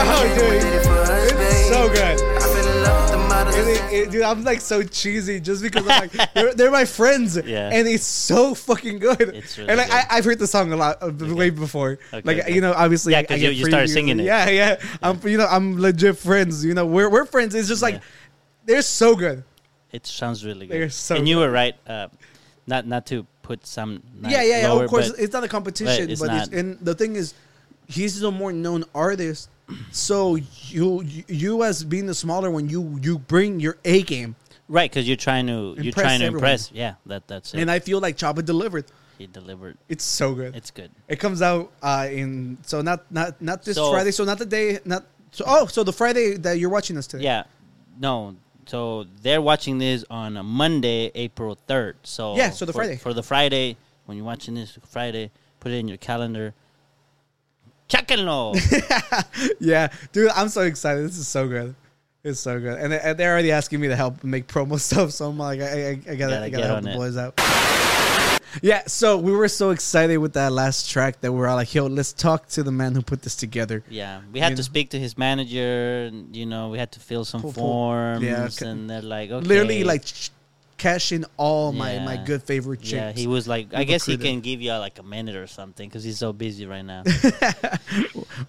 S1: Oh, dude. It's so good.
S3: I fell in love with the models.
S1: It- it- dude, I'm like so cheesy just because I'm like they're, they're my friends,
S2: Yeah.
S1: and it's so fucking good.
S2: It's really
S1: and like I,
S2: good.
S1: I've heard the song a lot, uh, b- way before.
S2: Okay,
S1: like
S2: okay.
S1: you know, obviously,
S2: Yeah,
S1: I-
S2: 'cause
S1: I
S2: you-
S1: get
S2: you started
S1: pretty-
S2: singing it.
S1: Yeah, yeah. I'm you know I'm legit friends. You know, we're we're friends. It's just like
S2: Yeah.
S1: they're so good.
S2: It sounds really good.
S1: They're so
S2: and you were right. Uh, not not to put some. not
S1: yeah, yeah, yeah.
S2: lower,
S1: of course,
S2: but-
S1: it's not a competition, but, it's
S2: it's not.
S1: and the thing is, he's the more known artist. So you you- you as being the smaller one, you you bring your A game,
S2: right because you're trying to you're
S1: Impress
S2: trying to
S1: everyone.
S2: impress. Yeah, that that's it.
S1: and I feel like Choppa delivered.
S2: he delivered.
S1: It's so good.
S2: It's good.
S1: It comes out uh, in so not not not this
S2: So-
S1: Friday. So not the day. Not so. Oh, so the Friday that you're watching us today.
S2: Yeah, no. So they're watching this on a Monday, April third. So
S1: Yeah, so the
S2: for-
S1: Friday.
S2: for the Friday when you're watching this Friday, put it in your calendar. Chequenlo.
S1: yeah, dude, I'm so excited. This is so good. It's so good, and, they- and they're already asking me to help make promo stuff. So I'm like, I, I, I gotta, I
S2: get
S1: gotta help
S2: on
S1: the
S2: it.
S1: boys out. Yeah, so we were so excited with that last track that we were all like, yo, let's talk to the man who put this together.
S2: Yeah, we had
S1: You
S2: to
S1: know?
S2: speak to his manager. and, You know, we had to fill some
S1: Pull- pull-
S2: forms,
S1: yeah, okay.
S2: and they're like, okay,
S1: Literally, like, ch- cash in all my,
S2: Yeah.
S1: my good favorite chicks.
S2: Yeah, he was like, I
S1: We've
S2: guess he
S1: recruited.
S2: can give you uh, like a minute or something because he's so busy right now.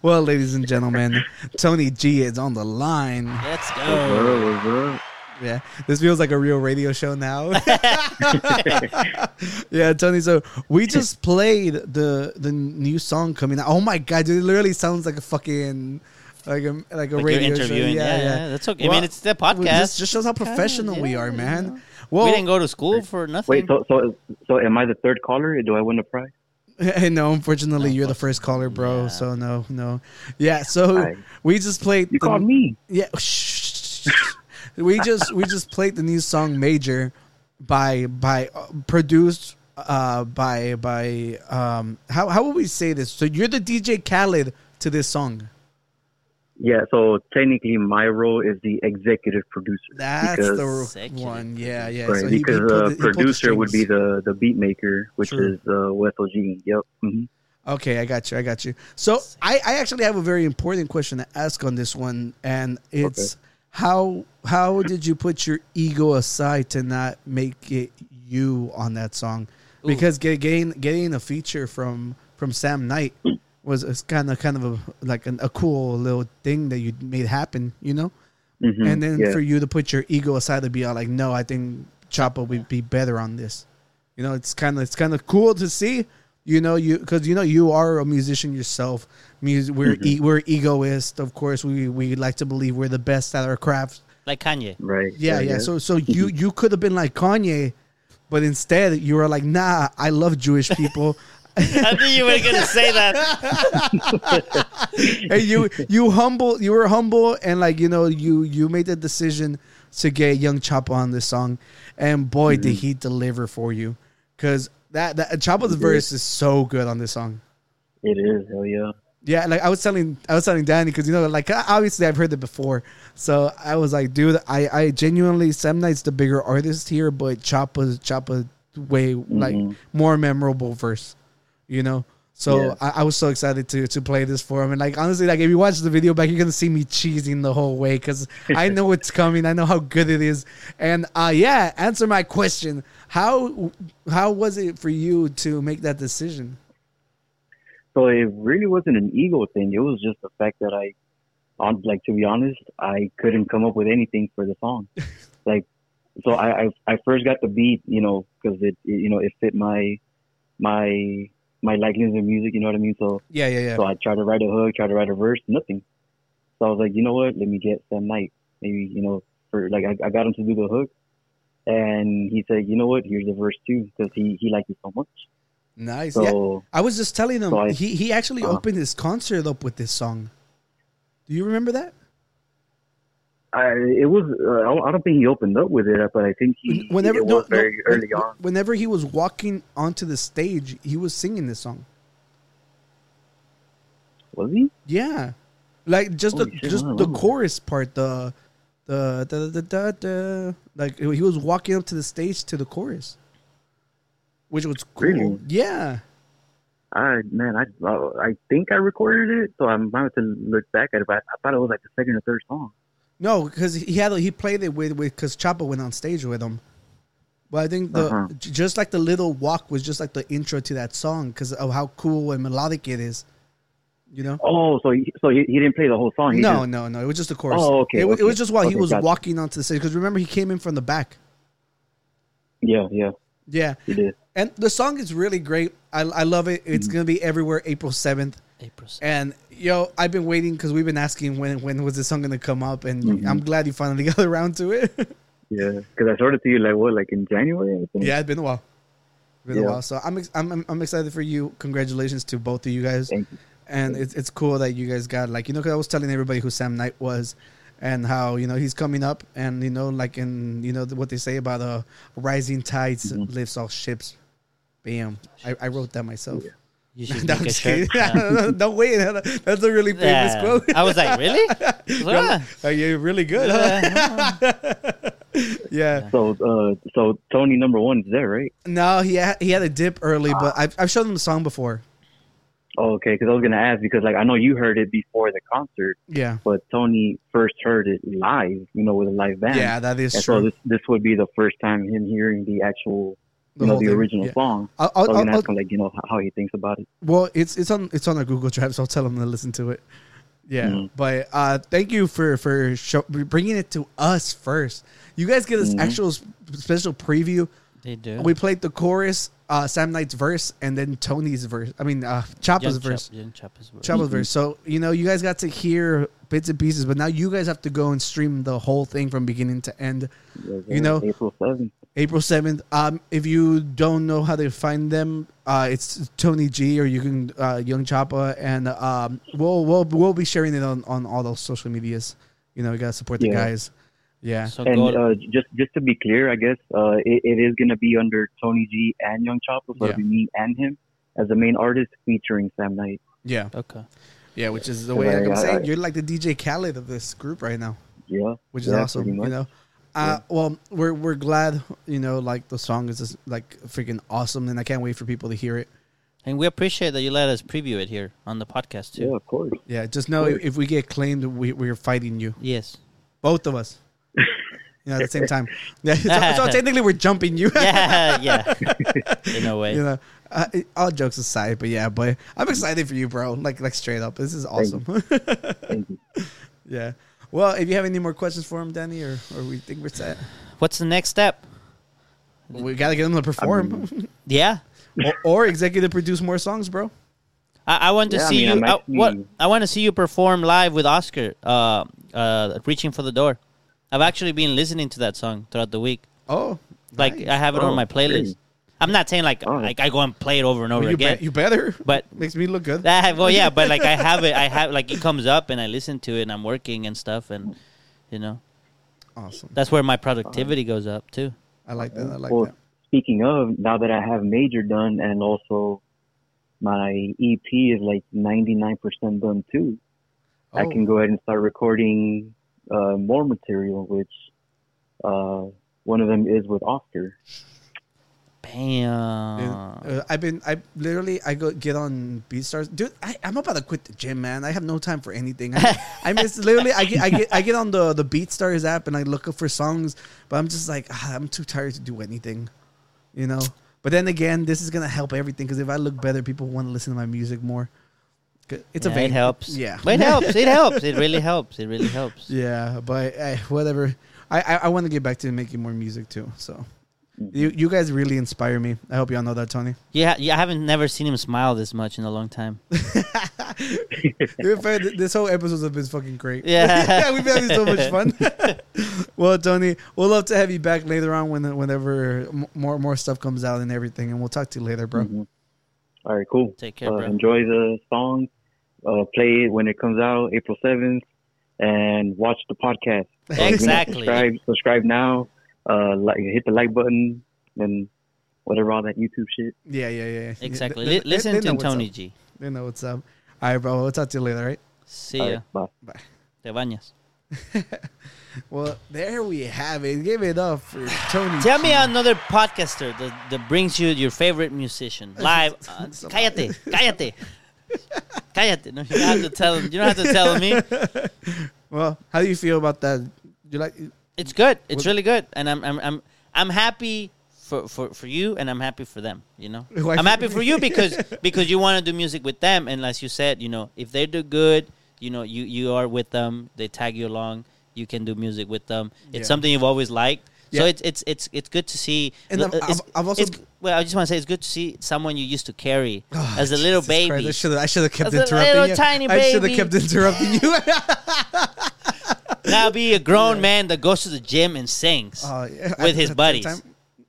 S1: Well, ladies and gentlemen, Tony G is on the line.
S2: Let's go.
S1: Yeah, this feels like a real radio show now. yeah, Tony. So we just played the the new song coming out. Oh my god, dude! It literally sounds like a fucking like a like a
S2: Like you're
S1: radio
S2: interviewing.
S1: show.
S2: Yeah, yeah, that's okay. I mean, it's the
S1: well,
S2: podcast.
S1: Just, just shows how professional we
S2: yeah,
S1: are,
S2: you
S1: man.
S2: know.
S1: Well,
S2: we didn't go to school for nothing.
S7: Wait, so so so am I the third caller? Or do I win the prize?
S1: no, unfortunately, you're the first caller, bro.
S2: Yeah.
S1: So no, no. Yeah, so
S7: Right.
S1: we just played.
S7: You
S1: the-
S7: called me.
S1: Yeah. shh. we just we just played the new song Major by by uh, produced uh by by um how how would we say this? So you're the DJ Khaled to this song.
S7: Yeah. So technically, my role is the executive producer.
S1: That's the r-
S2: Executive
S1: one. Yeah, yeah.
S7: right,
S1: So he- he
S7: because
S1: pulled the-
S7: uh,
S1: he pulled the
S7: producer would be
S1: strings.
S7: the the beat maker, which
S1: True.
S7: is uh, WSOG. Yep. hmm
S1: Okay, I got you. I got you. So I, I actually have a very important question to ask on this one, and it's how how did you put your ego aside to not make it you on that song? Because get, getting getting a feature from from Sam Knight was it's kind of kind of a like an, a cool little thing that you made happen, you know.
S7: Mhm,
S1: and then
S7: yeah.
S1: for you to put your ego aside to be all like, no, I think Choppa would be better on this. You know, it's kind of it's kind of cool to see. You know, you because you know you are a musician yourself. Music, we're e- we're egoist, of course. We we like to believe we're the best at our craft.
S2: like Kanye.
S7: Right.
S1: Yeah, yeah. So so you you could have been like Kanye, but instead you were like, nah, I love Jewish people.
S2: I knew you were gonna say that.
S1: and you you humble you were humble and like you know you you made the decision to get young Choppa on this song, and boy did he deliver for you, because that that Choppa's verse is so good on this song.
S7: It is. Hell yeah.
S1: Yeah, like I was telling, I was telling Danny because you know, like obviously I've heard it before, so I was like, dude, I, I genuinely Sam Knight's the bigger artist here, but Choppa, Choppa, way like more memorable verse, you know. So
S7: Yeah.
S1: I, I was so excited to to play this for him, and like honestly, like if you watch the video back, you're gonna see me cheesing the whole way because I know what's coming, I know how good it is, and uh yeah, answer my question, how how was it for you to make that decision?
S7: So it really wasn't an ego thing. It was just the fact that I, on like to be honest, I couldn't come up with anything for the song. like, so I, I I first got the beat, you know, because it, it you know it fit my my my likeness in music. You know what I mean? So
S1: Yeah, yeah, yeah.
S7: so I tried to write a hook, tried to write a verse, nothing. So I was like, you know what? Let me get Sam Knight. Maybe you know for like I, I got him to do the hook, and he said, you know what? Here's the verse too because he he liked it so much.
S1: Nice.
S7: So.
S1: yeah. I was just telling him
S7: So I-
S1: he he actually
S7: Uh-huh.
S1: opened his concert up with this song. Do you remember that?
S7: I, it was. Uh, I don't- I don't think he opened up with it, but I think he.
S1: Whenever
S7: it
S1: no,
S7: was
S1: no,
S7: very
S1: when-
S7: early on.
S1: Whenever he was walking onto the stage, he was singing this song.
S7: Was he?
S1: Yeah, like just the
S7: Holy shit,
S1: just
S7: I don't
S1: the
S7: remember.
S1: chorus part. The the da, da, da, da, da. like he was walking up to the stage to the chorus, which was cool.
S7: Really?
S1: Yeah.
S7: I man, I I think I recorded it, so I'm about to look back at it. But I thought it was like the second or third song.
S1: No, because he had he played it with with because Choppa went on stage with him. But I think the
S7: Uh-huh.
S1: j- just like the little walk was just like the intro to that song because of how cool and melodic it is, you know.
S7: Oh, so he, so he, he didn't play the whole song. He
S1: no,
S7: just-
S1: no, no. It was just the chorus.
S7: Oh, okay,
S1: It, wa- it
S7: okay.
S1: was just while he
S7: Okay,
S1: was
S7: gotcha.
S1: walking onto the stage because remember he came in from the back.
S7: yeah, yeah,
S1: Yeah,
S7: he did. Mm-hmm.
S1: and the song is really great. I I love it. It's gonna be everywhere April seventh.
S2: April.
S1: And yo, I've been waiting because we've been asking when when was this song gonna come up, and
S7: Mm-hmm.
S1: I'm glad you finally got around to it.
S7: Yeah, because I showed it to you like what, like in January. I think.
S1: Yeah, it's been a while. Been a
S7: Yeah.
S1: while. So I'm, ex- I'm I'm I'm excited for you. Congratulations to both of you guys.
S7: Thank you.
S1: And it's it's cool that you guys got like you know 'cause I was telling everybody who Sam Knight was, and how you know he's coming up, and you know like in you know what they say about uh, rising tides
S7: Mm-hmm.
S1: lifts all ships. Bam! I, I wrote that myself.
S2: You should
S1: No,
S2: make
S1: I'm
S2: a
S1: just kidding.
S2: shirt. Yeah.
S1: no way. That's a really famous
S2: Yeah.
S1: quote.
S2: I was like, really? I was like, "Ah."
S1: Are you really good? huh? yeah.
S7: So uh, so Tony number one is there, right?
S1: No, he had, he had a dip early, but I've I've shown him the song before.
S7: Oh, okay, because I was gonna ask because like I know you heard it before the concert,
S1: Yeah.
S7: but Tony first heard it live, you know, with a live band.
S1: Yeah, that is
S7: And so
S1: true.
S7: this this would be the first time him hearing the actual, you know,
S1: whole
S7: the
S1: thing,
S7: original
S1: yeah.
S7: song.
S1: I'll- I'll-
S7: so I'm gonna
S1: I'll-
S7: ask him like, you know, how, how he thinks about it.
S1: Well, it's it's on it's on a Google Drive, so I'll tell them to listen to it. Yeah, but uh, thank you for for show, bringing it to us first. You guys get this actual s- special preview.
S2: They do.
S1: We played the chorus, uh, Sam Knight's verse, and then Tony's verse. I mean, uh, Choppa's
S2: Young
S1: verse.
S2: Chop- Young Choppa's verse.
S1: Choppa's verse. So you know, you guys got to hear bits and pieces, but now you guys have to go and stream the whole thing from beginning to end. You know,
S7: April seventh.
S1: April 7th. Um, if you don't know how to find them, uh, it's Tony G or you can uh, Young Choppa, and um, we'll we'll we'll be sharing it on, on all those social medias. You know, we gotta support the
S7: Yeah.
S1: guys. Yeah,
S2: So
S7: And
S2: go.
S7: uh, just just to be clear, I guess uh, it, it is gonna be under Tony G and Young Chopper, so
S1: Yeah.
S7: it'll be me and him as the main artist featuring Sam Knight.
S1: yeah,
S2: okay.
S1: yeah. Which is the way like
S7: Yeah,
S1: I'm
S7: yeah,
S1: saying.
S7: I-
S1: You're like the DJ Khaled of this group right now.
S7: Yeah,
S1: which
S7: yeah,
S1: is awesome.
S7: pretty
S1: You
S7: much.
S1: know, uh, well, we're we're glad. You know, like the song is just like freaking awesome, and I can't wait for people to hear it.
S2: And we appreciate that you let us preview it here on the podcast too.
S7: Yeah, of course.
S1: Yeah, just know if, if we get claimed, we we're fighting you,
S2: Yes.
S1: both of us. You know, at the same time. Yeah, so, so technically, we're jumping you.
S2: Yeah, yeah. In a way.
S1: you know, uh, it- all jokes aside, but yeah, but I'm excited for you, bro. Like, like straight up, this is awesome.
S7: Thank you.
S1: yeah. Well, if you have any more questions for him, Danny, or, or we think we're set,
S2: What's the next step?
S1: we gotta get him to perform
S2: Yeah.
S1: or, or executive produce more songs, bro.
S2: I, I want to
S7: Yeah, I
S2: see
S7: mean,
S2: you.
S7: I'm
S2: I, what
S7: actually-
S2: I want to see you perform live with Oscar, uh, uh, reaching for the door. I've actually been listening to that song throughout the week.
S1: Oh,
S2: Like
S1: nice.
S2: I have it on
S7: Oh,
S2: my playlist.
S7: great.
S2: I'm not saying like
S7: Oh.
S2: like I go and play it over and over
S1: you,
S2: again.
S1: bet you better.
S2: But-
S1: makes me look good.
S2: That, well, yeah, but like I have it. I have like it comes up and I listen to it and I'm working and stuff and you know
S1: awesome.
S2: that's where my productivity goes up too.
S1: I like that. I like
S7: well,
S1: that.
S7: speaking of, now that I have major done and also my EP is like 99% done too. I
S2: Oh.
S7: can go ahead and start recording uh, more material, which uh, one of them is with Oscar.
S2: Bam.
S1: Uh, I've been I literally I go get on BeatStars, dude. I, I'm about to quit the gym, man. I have no time for anything. I, I miss literally. I get I get I get on the the BeatStars app and I look up for songs, but I'm just like ah, I'm too tired to do anything, you know. But then again, this is gonna help everything because if I look better, people want to listen to my music more. 'Cause It's
S2: Yeah,
S1: a vein.
S2: it helps.
S1: Yeah,
S2: But it helps. It helps. It really helps. It really helps.
S1: Yeah, but eh, whatever. I I, I want to get back to making more music too. So. You, you guys really inspire me. I hope y'all know that, Tony.
S2: Yeah, yeah. I haven't never seen him smile this much in a long time.
S1: To be fair, th- this whole episode has been fucking great.
S2: Yeah.
S1: yeah, we've been having so much fun. well, Tony, we'll love to have you back later on when whenever m- more more stuff comes out and everything, and we'll talk to you later, bro.
S2: Mm-hmm.
S7: All right, cool.
S2: Take care,
S7: uh,
S2: bro.
S7: Enjoy the song. Uh, play it when it comes out, April 7th, and watch the podcast. Uh, if you're not
S2: Exactly.
S7: Subscribe, subscribe now. Uh, like, hit the like button and whatever, all that YouTube shit.
S1: Yeah, yeah, yeah. yeah.
S2: Exactly.
S1: They-
S2: Li-
S1: they-
S2: listen
S1: they know
S2: to
S1: what's
S2: Tony
S1: up.
S2: G.
S1: They know what's up. All right, bro. We'll talk to you later. Right.
S2: See
S7: All
S2: ya.
S7: right, bye.
S1: Bye.
S2: Te bañas.
S1: Well, there we have it. Give it up for Tony.
S2: Tell me uh, another podcaster that, that brings you your favorite musician live. Uh, cállate, cállate, cállate. No, you don't have to tell. You don't have to tell me.
S1: Well, how do you feel about that? You like?
S2: It's good. It's really good, and I'm I'm I'm I'm happy for, for, for you, and I'm happy for them. You know,
S1: Why-
S2: I'm happy for you because because you want to do music with them, and as you said, you know, if they do good, you know, you you are with them. They tag you along. You can do music with them.
S1: Yeah.
S2: It's something you've always liked. So
S1: Yeah.
S2: it's it's it's it's good to see.
S1: And I'm-
S2: it's-
S1: I've- I've also-
S2: it's- well, I just want to say it's good to see someone you used to carry as a
S1: oh,
S2: little
S1: Jesus
S2: baby.
S1: Christ, I should have. I should have kept
S2: As a
S1: interrupting
S2: little
S1: you.
S2: tiny
S1: I should have
S2: baby.
S1: kept interrupting you.
S2: Now be a grown man that goes to the gym and sings
S1: Oh, yeah. At-
S2: with
S1: at
S2: his
S1: the
S2: buddies.
S1: same time-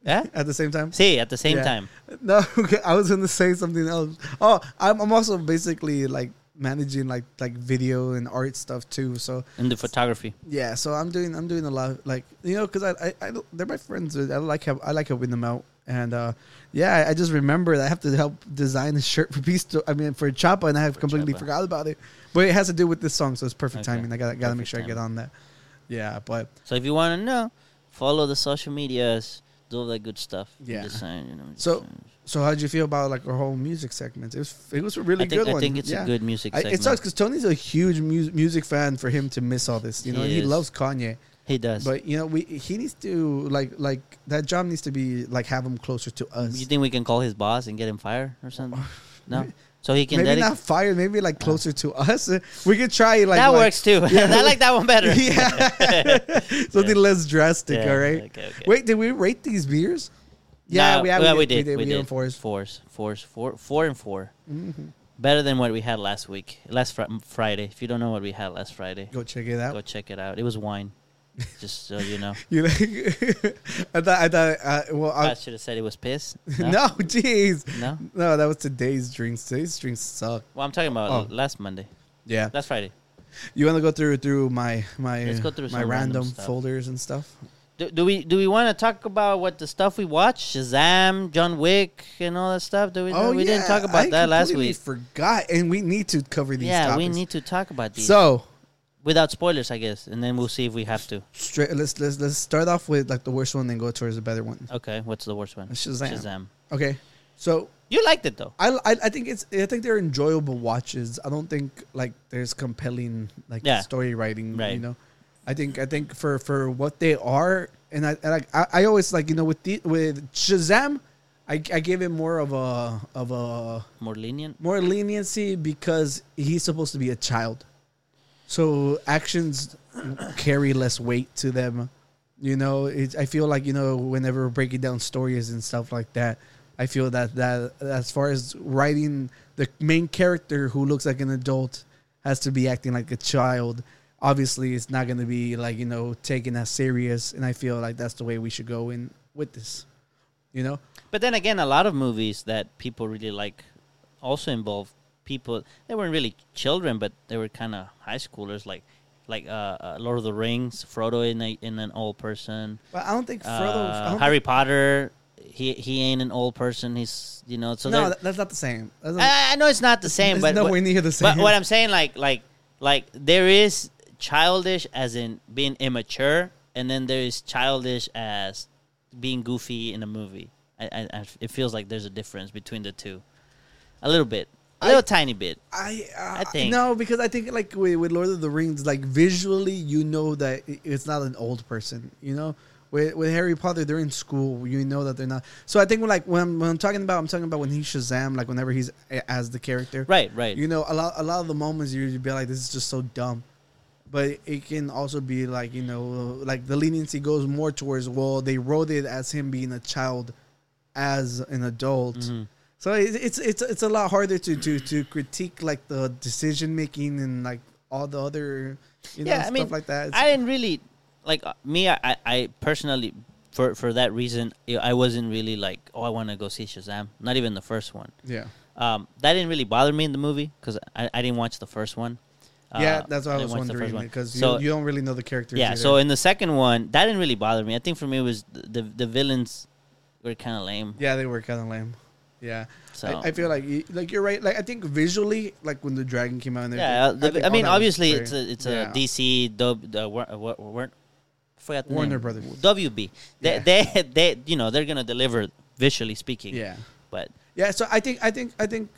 S2: Yeah?
S1: At the same time.
S2: See, at the same
S1: Yeah.
S2: time.
S1: No, okay, I was gonna say something else. Oh, I'm, I'm also basically like managing like like video and art stuff too. So
S2: in the photography.
S1: yeah, so I'm doing I'm doing a lot of, like you know because I, I I don't- they're my friends. I like help, I like helping them out. And uh, yeah, I, I just remembered I have to help design a shirt for Beast. I mean for Chapa, and I have completely
S2: Chapa.
S1: forgot about it. But it has to do with this song, so it's perfect
S2: Okay.
S1: timing. I gotta gotta make
S2: Perfect
S1: sure I get
S2: timing.
S1: on that. Yeah, but
S2: So if you want to know, follow the social medias, do all that good stuff.
S1: Yeah.
S2: Design, you know,
S1: So-
S2: design.
S1: So how did you feel about like our whole music segment? It was it was a really
S2: I think-
S1: good
S2: I
S1: one.
S2: think it's a good music
S1: I- It
S2: segment.
S1: sucks because Tony's a huge mu- music fan. For him to miss all this, you know,
S2: He
S1: and he
S2: is.
S1: loves Kanye.
S2: he does.
S1: But you know, we he needs to like like that job needs to be like have him closer to us.
S2: you think we can call his boss and get him fired or something? No. So he can.
S1: maybe
S2: Dedic-
S1: not fired, maybe like closer to us. We could try like
S2: that
S1: like-
S2: works too. I like that one better.
S1: yeah, something less drastic.
S2: Yeah,
S1: all right.
S2: okay, okay.
S1: Wait, did we rate these beers?
S2: No,
S1: have-
S2: well, we, did. We,
S1: gave
S2: did.
S1: them fours.
S2: Fours. Fours. Four. Four and 4
S1: Mm-hmm.
S2: Better than what we had last week, last fr- Friday. If you don't know what we had last Friday,
S1: Go check it out.
S2: go check it out. It was wine. Just so you know,
S1: You like? I thought. I thought. Uh, well, I,
S2: I should have said it was piss.
S1: no, jeez.
S2: No?
S1: no, that was today's drinks. Today's drinks suck.
S2: Well, I'm talking about
S1: Oh.
S2: last Monday.
S1: Yeah,
S2: Last Friday.
S1: you want to go through through my my
S2: Let's go through
S1: my random,
S2: some random stuff.
S1: folders and stuff.
S2: Do, do we do we want to talk about what the stuff we watched? Shazam, John Wick, and all that stuff. Do we? we didn't talk about
S1: Oh, I
S2: that last
S1: completely
S2: week.
S1: Forgot, and we need to cover these.
S2: Yeah, we
S1: topics.
S2: need to talk about these
S1: So
S2: without spoilers, I guess, and then we'll see if we have to.
S1: straight, let's let's let's start off with like the worst one, then go towards the better one.
S2: Okay, what's the worst one?
S1: Shazam.
S2: Uh.
S1: Okay, so
S2: You liked it though.
S1: I, I I think it's I think they're enjoyable watches. I don't think like there's compelling like
S2: Yeah.
S1: story writing. You
S2: Right.
S1: know, I think I think for for what they are, and I and I, I always like you know with the, with Shazam, I I give him more of a of a
S2: More lenient.
S1: more leniency because he's supposed to be a child, so actions carry less weight to them. You know, it, I feel like you know whenever we're breaking down stories and stuff like that, I feel that that as far as writing the main character who looks like an adult has to be acting like a child. Obviously, it's not going to be like you know taken as serious, and I feel like that's the way we should go in with this. You know,
S2: But then again, a lot of movies that people really like also involve people. They weren't really children, but they were kind of high schoolers, like like uh, uh, Lord of the Rings, Frodo in a, in an old person.
S1: but I don't think Frodo. I
S2: uh,
S1: don't
S2: Harry Potter. he he ain't an old person. He's you know so
S1: no,
S2: there-
S1: that- that's not the same. That's not-
S2: I, I know it's not the same,
S1: It's
S2: but
S1: nowhere
S2: but-
S1: near the
S2: But
S1: same.
S2: what I'm saying, like, like, like, there is childish as in being immature, and then there is childish as being goofy in a movie. I, I, I it feels like there's a difference between the two, a little bit, a little tiny bit.
S1: I, uh,
S2: I think.
S1: no, because I think like with, with Lord of the Rings, like visually, you know that i- it's not an old person. You know, with with Harry Potter, they're in school. You know that they're not. So I think like when I'm, when I'm talking about, I'm talking about when he's Shazam, like whenever he's a- as the character,
S2: Right, right.
S1: You know, a lot a lot of the moments you- you'd be like, this is just so dumb. But it can also be like you know, like the leniency goes more towards well, they wrote it as him being a child, as an adult.
S2: Mm-hmm.
S1: So it- it's it's it's a lot harder to to to critique like the decision making and like all the other you know stuff like that. It's-
S2: I didn't really like uh, me. I, I- I personally, for for that reason, I- I wasn't really like, oh, I want to go see Shazam. Not even the first one.
S1: yeah,
S2: Um, that didn't really bother me in the movie because I, I didn't watch the first one.
S1: yeah,
S2: Uh,
S1: that's what I
S2: didn't
S1: was
S2: watch the
S1: wondering
S2: first one.
S1: because
S2: So-
S1: you, you don't really know the characters.
S2: yeah.
S1: either.
S2: So in the second one, that didn't really bother me. I think for me it was the the, the villains were kind of lame.
S1: Yeah, they were kind of lame. Yeah,
S2: So-
S1: I, I feel like you, like you're right. Like I think visually, like when the dragon came out, and
S2: Yeah, uh,
S1: everything,
S2: the,
S1: think
S2: I,
S1: all
S2: mean,
S1: that was
S2: obviously,
S1: great.
S2: it's a, it's
S1: Yeah.
S2: a DC dub. Uh, wor- uh, wor- wor- forgot the
S1: Warner
S2: name.
S1: Brothers.
S2: WB. They,
S1: Yeah.
S2: they they you know they're gonna deliver visually speaking.
S1: Yeah.
S2: But
S1: Yeah, so I think I think I think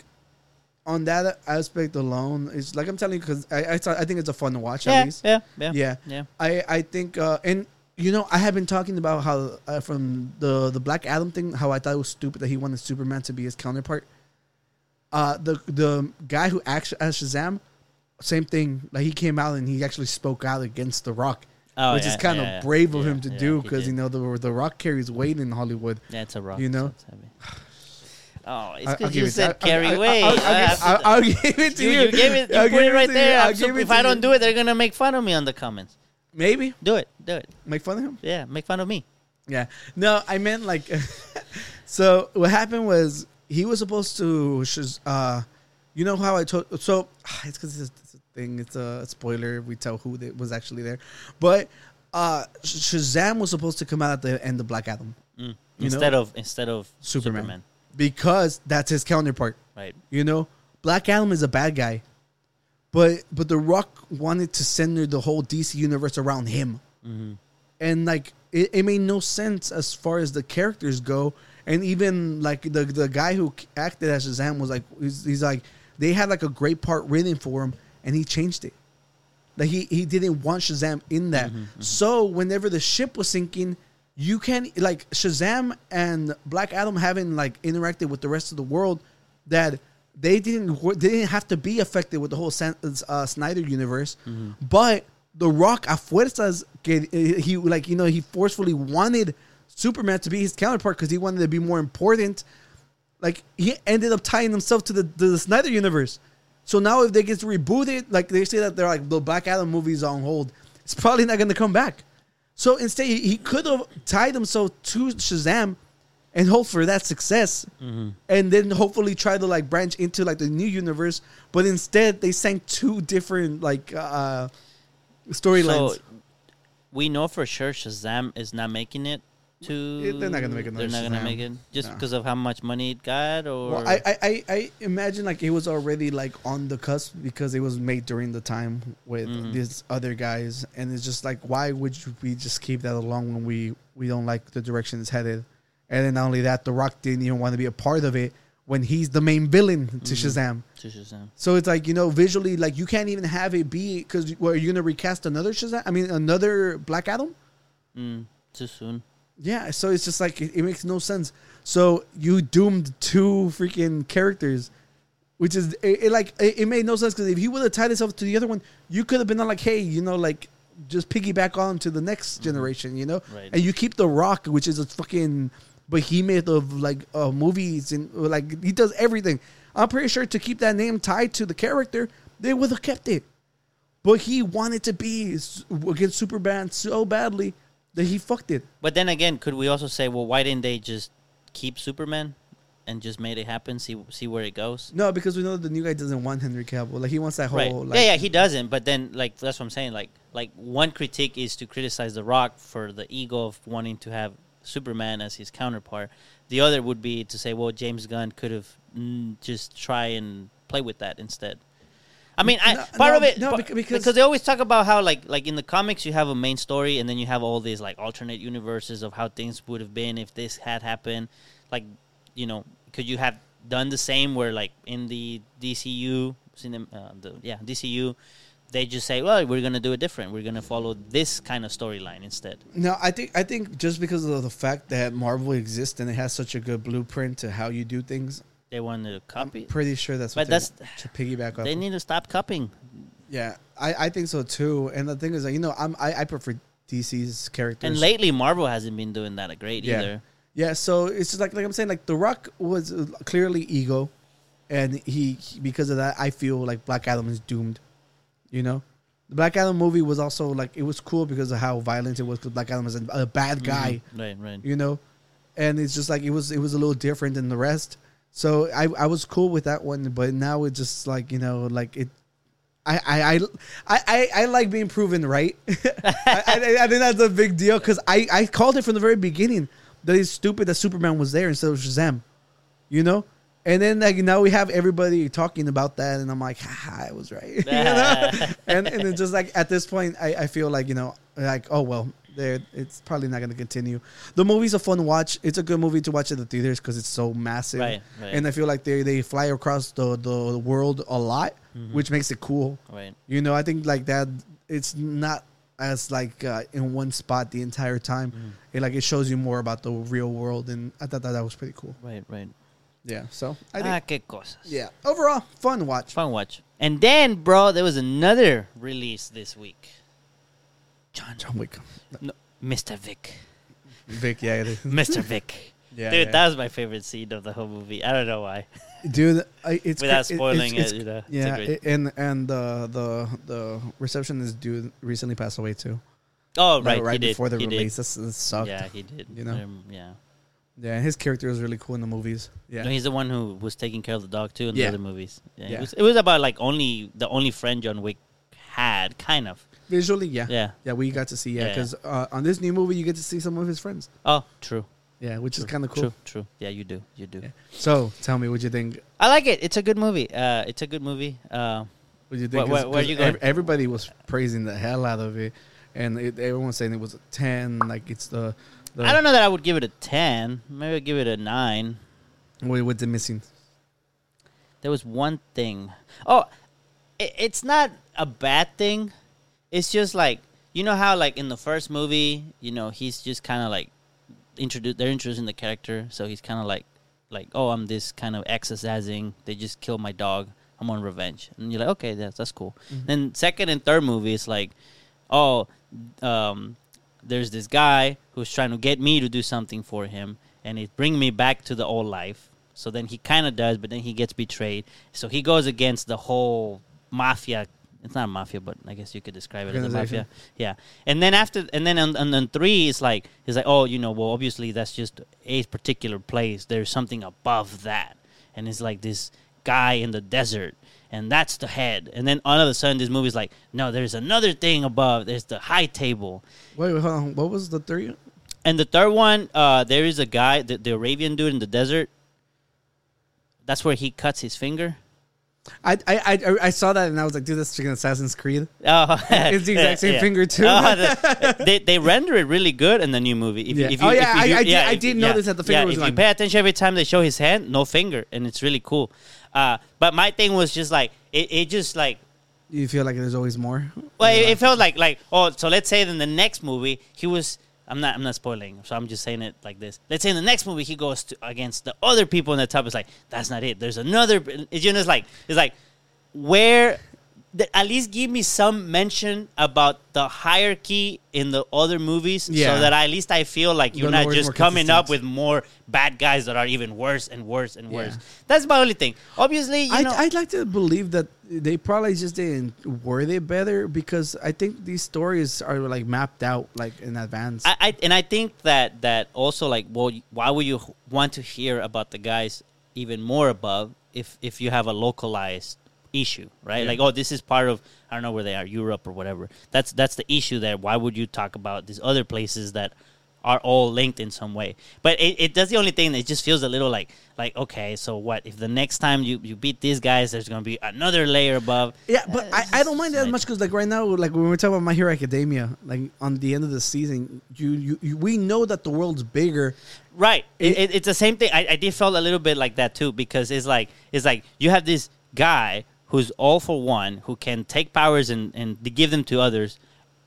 S1: on that aspect alone, it's like I'm telling you because I I, saw- I think it's a fun watch at
S2: yeah,
S1: least.
S2: yeah, yeah,
S1: yeah,
S2: yeah.
S1: I I think uh, and you know I have been talking about how uh, from the the Black Adam thing how I thought it was stupid that he wanted Superman to be his counterpart. Uh, the the guy who acts as Shazam, same thing. Like he came out and he actually spoke out against The Rock,
S2: Oh,
S1: which
S2: yeah,
S1: is kind
S2: yeah, yeah.
S1: of brave of
S2: Yeah,
S1: him to
S2: yeah,
S1: do
S2: he
S1: because you
S2: did.
S1: know the The Rock carries weight in Hollywood.
S2: That's a rock.
S1: You know?
S2: so it's heavy. Oh, it's
S1: I'll- I'll
S2: because
S1: give
S2: you
S1: it-
S2: said
S1: I'll-
S2: carry
S1: I'll-
S2: weight.
S1: I'll, I'll,
S2: I
S1: give-
S2: have to-
S1: I'll- I'll give it to
S2: you,
S1: you.
S2: you gave it. You
S1: I'll
S2: put
S1: give
S2: it right
S1: to you.
S2: there.
S1: I'll
S2: I'm so-
S1: give
S2: if
S1: to you.
S2: I don't do it, they're gonna make fun of me on the comments.
S1: maybe
S2: Do it. Do it.
S1: make fun of him.
S2: Yeah. Make fun of me.
S1: Yeah. No, I meant like. so what happened was he was supposed to. shaz- Uh, you know how I told. So it's because it's, it's a thing. It's a spoiler. We tell who that was actually there, but uh, Sh- Shazam was supposed to come out at the end of Black Adam. You know?
S2: Mm. Instead of instead of Superman.
S1: because that's his counterpart.
S2: Right.
S1: You know, Black Adam is a bad guy, but but The Rock wanted to center the whole DC universe around him, and like it, it made no sense as far as the characters go, and even like the the guy who acted as Shazam was like he's, he's like they had like a great part written for him, and he changed it. Like he, he didn't want Shazam in that. So whenever the ship was sinking, you can like Shazam and Black Adam haven't like interacted with the rest of the world that they didn't wo- they didn't have to be affected with the whole San, uh, Snyder universe. But The Rock a fuerzas que eh, he like you know he forcefully wanted Superman to be his counterpart because he wanted to be more important like he ended up tying himself to the, to the Snyder universe. So now if they get rebooted, like they say that they're like the Black Adam movies on hold, it's probably not going to come back. So instead, he, he could have tied himself to Shazam and hope for that success, and then hopefully try to like branch into like the new universe. But instead, they sank two different like uh storylines.
S2: So we know for sure Shazam is not making it. To
S1: They're not gonna make another
S2: They're not gonna
S1: Shazam.
S2: make it just
S1: No.
S2: because of how much money it got, or
S1: Well, I, I, I, I imagine like it was already like on the cusp because it was made during the time with these other guys, and it's just like why would you- we just keep that along when we we don't like the direction it's headed, and then not only that, The Rock didn't even want to be a part of it when he's the main villain to Shazam.
S2: to Shazam.
S1: So it's like you know visually like you can't even have it be because well, are you gonna recast another Shazam? I mean another Black Adam?
S2: Too soon.
S1: Yeah, so it's just like it, it makes no sense. So you doomed two freaking characters, which is it, it like it, it made no sense because if you would have tied yourself to the other one, you could have been like, hey, you know, like just piggyback on to the next generation, you know,
S2: Right.
S1: and you keep the Rock, which is a fucking behemoth of like uh, movies and like he does everything. I'm pretty sure to keep that name tied to the character, they would have kept it. But he wanted to be s- against Superman so badly that he fucked it.
S2: But then again, could we also say, well, why didn't they just keep Superman and just made it happen? See, see where it goes.
S1: No, because we know the new guy doesn't want Henry Cavill. Like he wants that whole.
S2: Right.
S1: Like,
S2: yeah, yeah, he doesn't. But then, like, that's what I'm saying. Like, like one critique is to criticize The Rock for the ego of wanting to have Superman as his counterpart. The other would be to say, well, James Gunn could have mm, just try and play with that instead. I mean, I,
S1: No,
S2: part
S1: no,
S2: of it
S1: no,
S2: pa-
S1: beca- because-
S2: they always talk about how like like in the comics you have a main story and then you have all these like alternate universes of how things would have been if this had happened. Like, you know, could you have done the same where like in the DCU, cinem- uh, the, yeah, DCU, they just say, well, we're gonna do it different. We're gonna follow this kind of storyline instead.
S1: No, I think I think just because of the fact that Marvel exists and it has such a good blueprint to how you do things,
S2: They want to copy.
S1: pretty sure that's what
S2: But
S1: they
S2: that's-
S1: want to piggyback off.
S2: They
S1: of.
S2: need to stop copying.
S1: yeah, I, I think so too. And the thing is, like, you know, I'm I, I prefer DC's characters
S2: And lately, Marvel hasn't been doing that great
S1: yeah.
S2: either.
S1: Yeah, so it's just like like I'm saying, like The Rock was uh, clearly ego, and he, he- because of that, I feel like Black Adam is doomed. You know, the Black Adam movie was also like it was cool because of how violent it was. Because Black Adam is a, a bad guy,
S2: Right, right.
S1: you know, and it's just like it was it was a little different than the rest. So I I was cool with that one, but now it's just like you know like it. I, I, I, I, I- I like being proven right. I, I, I think that's a big deal because I, I called it from the very beginning that it's stupid that Superman was there instead of Shazam, you know. And then like now we have everybody talking about that, and I'm like, haha, I was right. you know? and and it's just like at this point, I, I feel like you know like oh well, there it's probably not going to continue. The movie's a fun watch. It's a good movie to watch at the theaters because it's so massive,
S2: Right, right.
S1: and I feel like they they fly across the the world a lot, which makes it cool.
S2: Mm-hmm. Right.
S1: You know, I think like that. It's not as like uh, in one spot the entire time.
S2: Mm-hmm.
S1: It like it shows you more about the real world, and I thought that that was pretty cool.
S2: Right, right.
S1: Yeah. So I think
S2: Ah, que cosas.
S1: yeah. Overall, fun watch.
S2: Fun watch. And then, bro, there was another release this week.
S1: John John Wick.
S2: No, Mr. Vic.
S1: Vic. Yeah. It is.
S2: Mr. Vic.
S1: Yeah,
S2: Dude,
S1: yeah.
S2: that was my favorite scene of the whole movie. I don't know why.
S1: dude. I, it's
S2: Without
S1: it's-
S2: spoiling
S1: it's-
S2: it, you know, it's a
S1: Yeah,
S2: great-
S1: it- and and the the the receptionist dude recently passed away too.
S2: Oh,
S1: Like,
S2: right.
S1: right
S2: he did.
S1: before the
S2: he
S1: release,
S2: Did.
S1: that's that sucked.
S2: Yeah,
S1: Yeah,
S2: he did.
S1: you know?
S2: Um, yeah.
S1: and his character was really cool in the movies. Yeah,
S2: No, he's the one who was taking care of the dog too in the
S1: Yeah.
S2: other movies. Yeah,
S1: Yeah.
S2: It, was, it was about like only the only friend John Wick had, kind of.
S1: visually, yeah,
S2: Yeah.
S1: yeah. We got to see yeah
S2: Yeah.
S1: because uh, on this new movie you get to see some of his friends.
S2: Oh, true.
S1: Yeah, which is kind of cool.
S2: True, true. Yeah, you do. You do.
S1: Yeah. So tell me, what you think?
S2: I like it. It's a good movie. Uh, it's a good movie. Uh,
S1: What you think?
S2: Where-
S1: 'Cause-
S2: where- where you
S1: 'cause
S2: going?
S1: ev- everybody was praising the hell out of it, and it, everyone was saying it was a ten. Like it's the. the
S2: I don't know that I would give it a ten. Maybe I'd give it a nine.
S1: What, what's it missing?
S2: There was one thing. Oh, it, it's not a bad thing. It's just like you know how like in the first movie, you know, he's just kind of like introduce. They're introducing the character, so he's kind of like like oh, I'm this kind of exercising. They just killed my dog. I'm on revenge, and you're like okay, that's that's cool. Then second and third movie, it's like oh, um, there's this guy who's trying to get me to do something for him, and it bring me back to the old life. So then he kind of does, but then he gets betrayed. So he goes against the whole mafia. It's not mafia, but I guess you could describe it as a mafia.
S1: Organization.
S2: Yeah, and then after, and then on, on, on three, it's like it's like oh, you know, well, obviously that's just a particular place. There's something above that, and it's like this guy in the desert, and that's the head. And then all of a sudden, this movie's like, no, there's another thing above. There's the high table,
S1: Wait, wait, hold on. What was the three?
S2: and the third one, uh, there is a guy, the, the Arabian dude in the desert. That's where he cuts his finger.
S1: I, I I I saw that and I was like, dude, that's freaking Assassin's Creed.
S2: Oh,
S1: It's the exact same finger, too.
S2: Oh, the- they they render it really good in the new movie. If,
S1: Yeah.
S2: if
S1: Oh, yeah, I- I did- I
S2: if-
S1: did notice that the finger
S2: yeah,
S1: was
S2: If
S1: gone.
S2: you pay attention every time they show his hand, no finger, and it's really cool. Uh, but my thing was just like it, it just like
S1: You feel like there's always more.
S2: well, it, it felt like like oh, so let's say in the next movie he was. I'm not. I'm not spoiling. So I'm just saying it like this. Let's say in the next movie he goes to, against the other people in the top. It's like that's not it. There's another. It's just like it's like where. th- At least give me some mention about the hierarchy in the other movies,
S1: Yeah.
S2: so that I, at least I feel like you're
S1: Then
S2: not
S1: we're
S2: just
S1: more
S2: coming up
S1: consistent.
S2: with more bad guys that are even worse and worse and worse.
S1: Yeah.
S2: That's my only thing. Obviously, you
S1: I,
S2: know,
S1: I'd like to believe that they probably just didn't word it better because I think these stories are like mapped out like in advance.
S2: I, I and I think that that also like well why would you want to hear about the guys even more above if if you have a localized issue right like oh this is part of I don't know where they are Europe or whatever that's that's the issue there why would you talk about these other places that are all linked in some way. But it, it that's the only thing that just feels a little like like okay, so what if the next time you, you beat these guys, there's gonna be another layer above.
S1: Yeah, but I, I don't mind that
S2: like-
S1: much because like right now, like when we're talking about My Hero Academia, like on the end of the season, you, you, you we know that the world's bigger.
S2: Right. It,
S1: It-
S2: it, it's the same thing. I, I did feel a little bit like that too because it's like it's like you have this guy who's all for one who can take powers and and give them to others,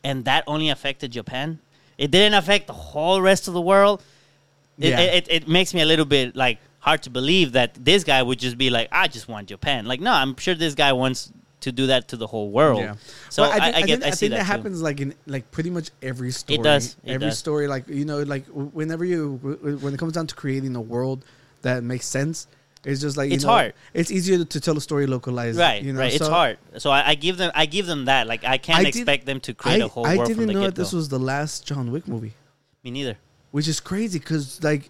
S2: and that only affected Japan. It didn't affect the whole rest of the world. It,
S1: Yeah.
S2: it, it, it makes me a little bit like hard to believe that this guy would just be like, I just want Japan. Like, no, I'm sure this guy wants to do that to the whole world. So
S1: But
S2: I, I,
S1: think-
S2: get,
S1: think,
S2: I, see
S1: think
S2: that, too.
S1: happens like in like pretty much every story.
S2: does. It
S1: every
S2: does.
S1: story, like you know, like w- whenever you w- w- when it comes down to creating a world that makes sense, it's just like you
S2: It's
S1: know,
S2: hard.
S1: It's easier to tell a story localized,
S2: Right,
S1: You know?
S2: right. it's
S1: so-
S2: hard. So I, I give them, I give them that. Like I can't
S1: I did-
S2: expect them to create a whole
S1: I
S2: world from
S1: didn't
S2: the
S1: know
S2: get
S1: that
S2: go.
S1: this was the last John Wick movie.
S2: Me neither.
S1: which is crazy because like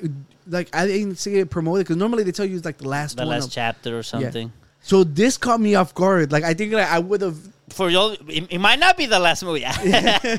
S1: like I didn't see it promoted because normally they tell you it's like the last
S2: The
S1: one
S2: last
S1: of-
S2: chapter or
S1: Yeah.
S2: something.
S1: So this caught me off guard. Like I think like, I would have.
S2: For y'all, it, it might not be the last movie.
S1: No,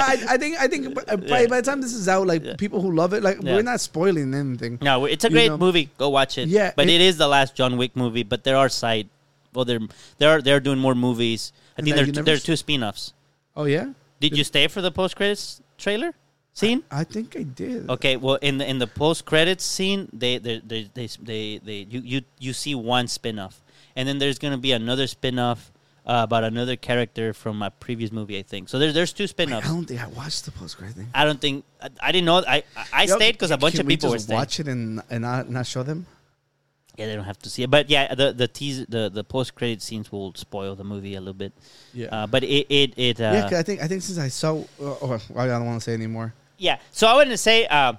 S1: I, I think I think by, by,
S2: Yeah.
S1: by the time this is out, like people who love it, like
S2: Yeah.
S1: we're not spoiling anything.
S2: no, it's a
S1: You
S2: great
S1: know?
S2: movie. Go watch it.
S1: Yeah,
S2: but
S1: it-
S2: it is the last John Wick movie. But there are side, well, they're they're they're doing more movies. I
S1: And that
S2: think there
S1: you never
S2: there's
S1: s-
S2: two spin-offs.
S1: Oh yeah,
S2: Did you stay for the post credits trailer scene?
S1: I think I did.
S2: Okay, well, in the in the post credits scene, they they they they, they, they you, you you see one spin off, and then there's gonna be another spin off uh, about another character from a previous movie, I think. So there's there's two spin
S1: I
S2: offs.
S1: don't think I watched the post credit thing.
S2: I don't think I, I didn't know. I I- I
S1: Yo,
S2: stayed because a bunch
S1: can
S2: of
S1: we
S2: people were
S1: just
S2: staying.
S1: watch it and and not, not show them.
S2: Yeah, they don't have to see it, but yeah, the the teaser, the the post credit scenes will spoil the movie a little bit.
S1: Yeah.
S2: uh, but it it it uh,
S1: Yeah, 'cause I think I think since I saw, oh, oh, I don't want to say anymore.
S2: Yeah. So I want to say uh,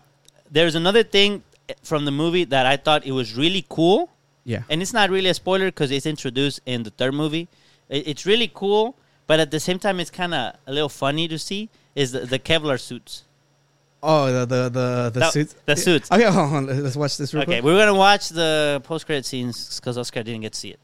S2: there's another thing eh, from the movie that I thought it was really cool.
S1: Yeah.
S2: And it's not really a spoiler because it's introduced in the third movie. It, it's really cool, but at the same time, it's kind of a little funny to see. Is the, the Kevlar suits?
S1: Oh, the the the, the
S2: No,
S1: suits.
S2: the suits.
S1: Okay, hold on. Let's watch this real
S2: Okay,
S1: quick.
S2: we're gonna watch the post credit scenes because Oscar didn't get to see it.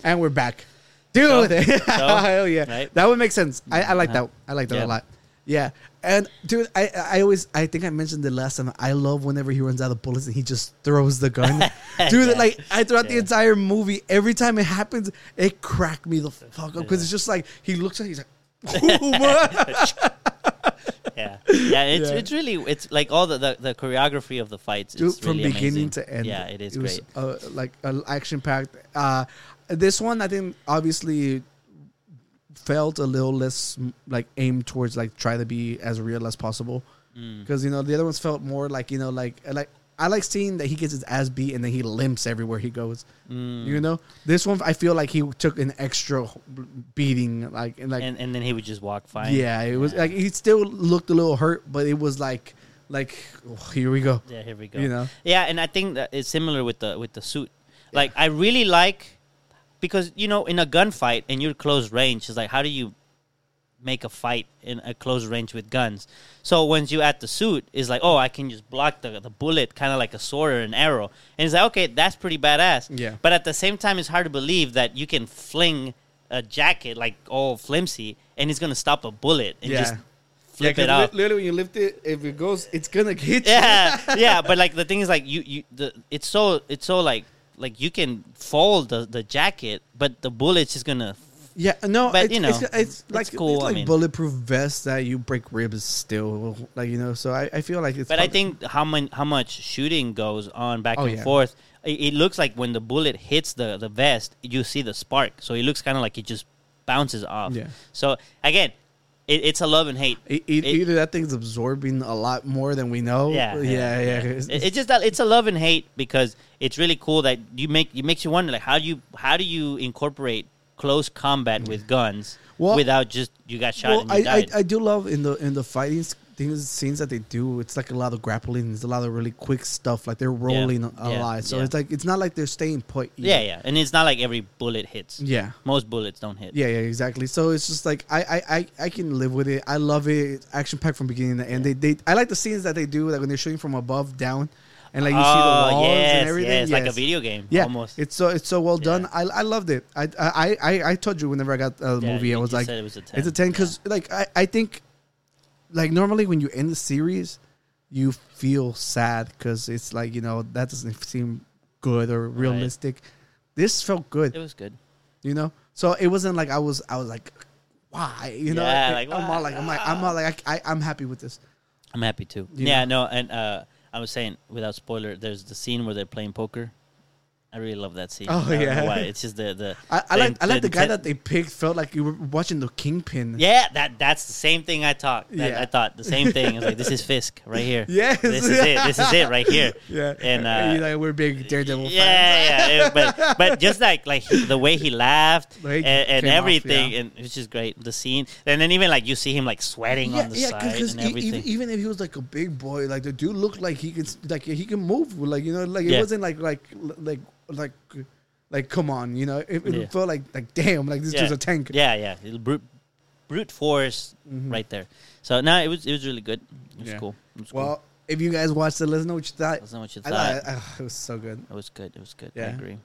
S1: And we're back. Deal
S2: So-
S1: with it.
S2: so,
S1: Hell yeah.
S2: right?
S1: That would make sense. I, I like
S2: Uh-huh.
S1: that. I like that a
S2: Yeah.
S1: lot. Yeah. And dude, I I always I think I mentioned the last time. I love whenever he runs out of bullets and he just throws the gun. dude,
S2: Yeah.
S1: like I throughout the
S2: Yeah.
S1: entire movie, every time it happens, it cracked me the fuck up. Because it's just like he looks at it, he's like, "Ooh, what?"
S2: Yeah, yeah. It's
S1: Yeah.
S2: it's really it's like all the the, the choreography of the fights.
S1: Dude,
S2: it's
S1: from
S2: really
S1: beginning
S2: amazing.
S1: to end.
S2: Yeah, it is
S1: it
S2: great.
S1: Was, uh, like uh, action packed. Uh, this one, I think, obviously felt a little less mm, like aimed towards like try to be as real as possible
S2: Mm.
S1: because you know the other ones felt more like you know like uh, like I like seeing that he gets his ass beat and then he limps everywhere he goes.
S2: Mm.
S1: You know, this one I feel like he took an extra beating, like and like
S2: and and then he would just walk fine.
S1: yeah, it was like he still looked a little hurt, but it was like like oh, here we go.
S2: Yeah, here we go.
S1: You know?
S2: Yeah, and I think that it's similar with the with the suit. Like I really like because you know in a gunfight and you're close range is like how do you make a fight in a close range with guns? So once you add the suit, it's like oh I can just block the the bullet kind of like a sword or an arrow, and it's like okay that's pretty badass.
S1: Yeah.
S2: But at the same time, it's hard to believe that you can fling a jacket like all flimsy and it's gonna stop a bullet and
S1: Yeah.
S2: just
S1: Yeah,
S2: flip
S1: 'cause
S2: it
S1: li-
S2: up.
S1: Literally, when you lift it, if it goes, it's gonna hit you.
S2: yeah, yeah. But like the thing is, like you, you, the it's so it's so like like you can fold the, the jacket, but the bullet's just gonna.
S1: Yeah, no,
S2: But,
S1: it's,
S2: you know,
S1: it's, it's
S2: it's
S1: like
S2: cool,
S1: it's
S2: I
S1: like
S2: mean.
S1: bulletproof vests that you break ribs still, like you know. So I, I feel like it's.
S2: But I
S1: probably-
S2: think how much how much shooting goes on back
S1: Oh,
S2: and
S1: yeah.
S2: forth. It, it looks like when the bullet hits the the vest, you see the spark. So it looks kind of like it just bounces off.
S1: Yeah.
S2: So again, it, it's a love and hate.
S1: E- e-
S2: It-
S1: either that thing's absorbing a lot more than we know.
S2: yeah,
S1: yeah, yeah. It's-
S2: It- it's just that it's a love and hate because it's really cool that you make it makes you wonder like how do you how do you incorporate close combat with guns
S1: Well-
S2: without just you got shot
S1: well,
S2: and you
S1: I, I
S2: died.
S1: I do love in the in the fighting s- things scenes that they do. It's like a lot of grappling. It's a lot of really quick stuff. Like they're rolling a
S2: yeah,
S1: lot. So
S2: yeah.
S1: it's like it's not like they're staying put. either.
S2: yeah, yeah, and it's not like every bullet hits.
S1: Yeah.
S2: most bullets don't hit.
S1: Yeah, yeah, exactly. So it's just like I, I, I, I can live with it. I love it. Action packed from beginning to end. They, they, I like the scenes that they do, like when they're shooting from above down, and like you see the
S2: oh
S1: walls
S2: yes,
S1: and everything.
S2: yes, like a
S1: Yes.
S2: video game.
S1: Yeah,
S2: almost.
S1: it's so it's so well
S2: Yeah.
S1: done. I, I loved it. I, I, I, I told you whenever I got uh, the
S2: Yeah,
S1: movie,
S2: you
S1: I was
S2: just
S1: like,
S2: said it was a
S1: it's a
S2: 10,
S1: ten because like I, I think like normally when you end the series, you feel sad because it's like you know that doesn't seem good or realistic. This felt good,
S2: It was good.
S1: you know. So it wasn't like I was I was like, why, you know?
S2: Yeah,
S1: like,
S2: like,
S1: I'm all like I'm like I'm all like I, I, I'm happy with this.
S2: I'm happy too.
S1: Yeah.
S2: Yeah, no, and uh, I was saying without spoiler, there's the scene where they're playing poker. I really love that scene.
S1: Oh,
S2: I don't know
S1: yeah.
S2: why. It's just the the.
S1: I, I like I like the guy
S2: inten-
S1: that they picked felt like you were watching the Kingpin.
S2: Yeah, that that's the same thing I thought. That,
S1: Yeah.
S2: I thought the same thing. I was like, this is Fisk right here.
S1: Yes.
S2: this is it. This is it right here.
S1: yeah.
S2: and
S1: You're
S2: uh,
S1: like we're big Daredevil fans.
S2: yeah, yeah, but but just like like he- the way he laughed
S1: The way he
S2: and, and
S1: came off,
S2: everything,
S1: yeah.
S2: and it was just great. The scene, and then even like you see him like sweating on the side and
S1: e-
S2: everything.
S1: even, even if he was like a big boy, like the dude looked like he could, s- like he can move, like you know, like it
S2: Yeah.
S1: wasn't like like like like like come on, you know, it, it
S2: Yeah.
S1: felt like like damn, like this
S2: yeah.
S1: dude's a tank. Mm-hmm.
S2: Yeah, yeah, It'll brute brute force right there. So no, it was it was really good. It was
S1: Yeah.
S2: cool. It was cool.
S1: Well, if you guys watched it, let us know what you thought.
S2: Let us know what you
S1: I thought
S2: thought.
S1: ah, it was so good.
S2: it was good. It was good.
S1: Yeah.
S2: I agree.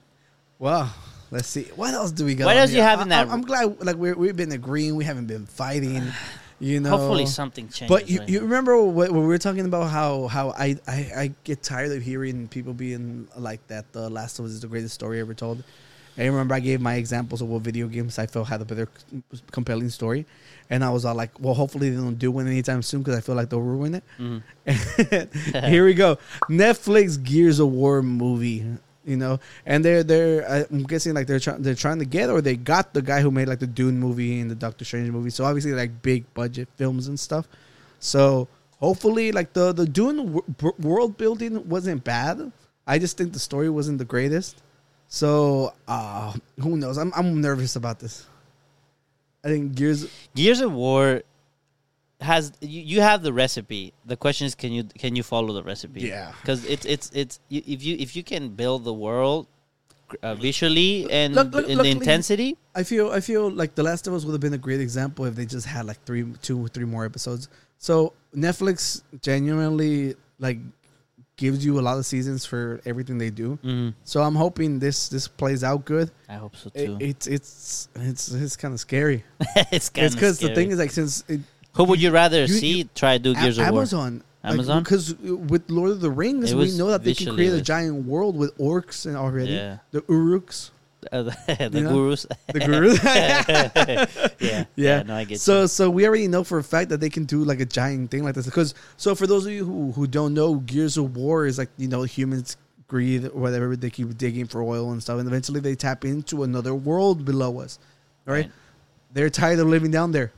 S1: Well, let's see. What else do we got?
S2: What
S1: on
S2: else you
S1: here?
S2: have in
S1: I- I'm-
S2: that-
S1: I'm glad, like we're, we've been agreeing, we haven't been fighting. You know,
S2: Hopefully something changes.
S1: But you,
S2: right?
S1: you remember what, when we were talking about how how I, I I get tired of hearing people being like that. The Last of Us is the greatest story ever told. I remember I gave my examples of what video games I felt had a better compelling story, and I was all like, "Well, hopefully they don't do one anytime soon because I feel like they'll ruin it." Here we go, Netflix Gears of War movie. You know, and they're they're I'm guessing like they're trying they're trying to get or they got the guy who made like the Dune movie and the Doctor Strange movie. So obviously like big budget films and stuff. So hopefully, like the the Dune w- w- world building wasn't bad. I just think the story wasn't the greatest. So uh, who knows? I'm I'm nervous about this. I think Gears.
S2: Gears of War has you, you have the recipe. The question is, can you can you follow the recipe?
S1: Yeah.
S2: because it's it's it's you, if you if you can build the world uh, visually and
S1: Look- look-
S2: in
S1: look-
S2: the intensity.
S1: I feel I feel like The Last of Us would have been a great example if they just had like three, two or three more episodes. So Netflix genuinely like gives you a lot of seasons for everything they do. So I'm hoping this this plays out good.
S2: I hope so
S1: It,
S2: too.
S1: it's it's it's it's kind of scary.
S2: it's kind
S1: It's
S2: of
S1: because the thing is like since it,
S2: who would you rather
S1: you-
S2: see
S1: you-
S2: try to do Gears
S1: A-
S2: of War?
S1: Amazon.
S2: Amazon?
S1: Because with Lord of the Rings,
S2: It
S1: we
S2: was
S1: know that they can
S2: visually
S1: create a
S2: lit.
S1: giant world with orcs and already
S2: Yeah.
S1: the uruks,
S2: Uh, the
S1: You know?
S2: gurus.
S1: the gurus. yeah.
S2: yeah, No, I get
S1: so
S2: you.
S1: so we already know for a fact that they can do like a giant thing like this. Because so for those of you who who don't know, Gears of War is like you know humans greed or whatever they keep digging for oil and stuff, and eventually they tap into another world below us. All right.
S2: Right.
S1: They're tired of living down there.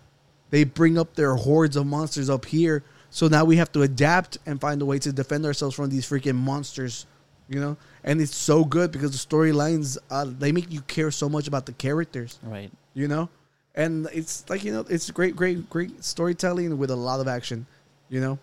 S1: They bring up their hordes of monsters up here. So now we have to adapt and find a way to defend ourselves from these freaking monsters, you know? And it's so good because the storylines, uh, they make you care so much about the characters,
S2: Right.
S1: you know? And it's like, you know, it's great, great, great storytelling with a lot of action, you know?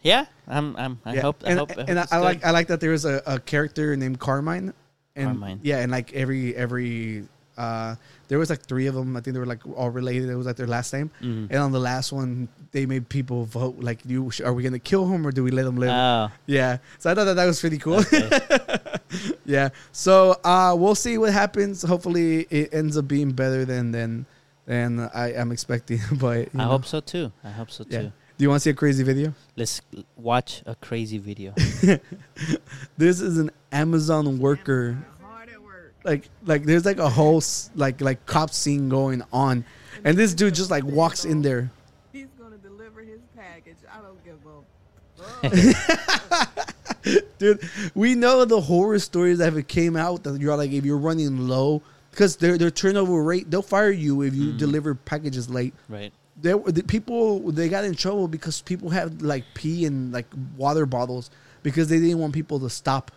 S2: Yeah, I'm. I'm I
S1: Yeah.
S2: hope. I
S1: and
S2: hope.
S1: and I,
S2: hope it's
S1: like
S2: good.
S1: I like that there was a, a character named Carmine, and
S2: Carmine.
S1: yeah, and like every every uh, there was like three of them. I think they were like all related. It was like their last name,
S2: Mm-hmm.
S1: and on the last one, they made people vote like, "You sh- are we gonna kill him or do we let him live?"
S2: Oh.
S1: Yeah, so I thought that that was pretty cool. yeah, so uh, we'll see what happens. Hopefully, it ends up being better than than than I am expecting. But you
S2: I
S1: know,
S2: hope so too. I hope so
S1: Mm-hmm. Yeah.
S2: too.
S1: Do you want to see a crazy video?
S2: Let's watch a crazy video.
S1: this is an Amazon worker. Like like there's like a whole s- like like cop scene going on, and this dude just like walks in there.
S8: He's gonna deliver his package. I don't give a
S1: Dude, we know the horror stories that have came out that you're like if you're running low because their their turnover rate they'll fire you if
S2: Mm.
S1: you deliver packages late.
S2: right.
S1: There were the people they got in trouble because people had like pee and like water bottles because they didn't want people to stop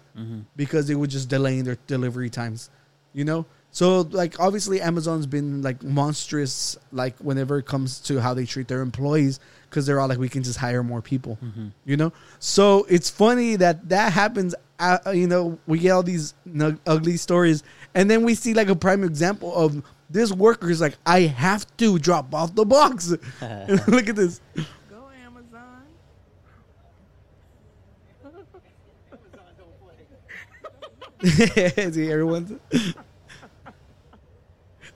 S1: because they were just delaying their delivery times, you know. So like obviously Amazon's been like monstrous like whenever it comes to how they treat their employees because they're all like we can just hire more people, you know. So it's funny that that happens. Uh, you know, we get all these nug- ugly stories, and then we see like a prime example of this worker is like, I have to drop off the box. Look at this.
S8: go Amazon.
S1: See everyone.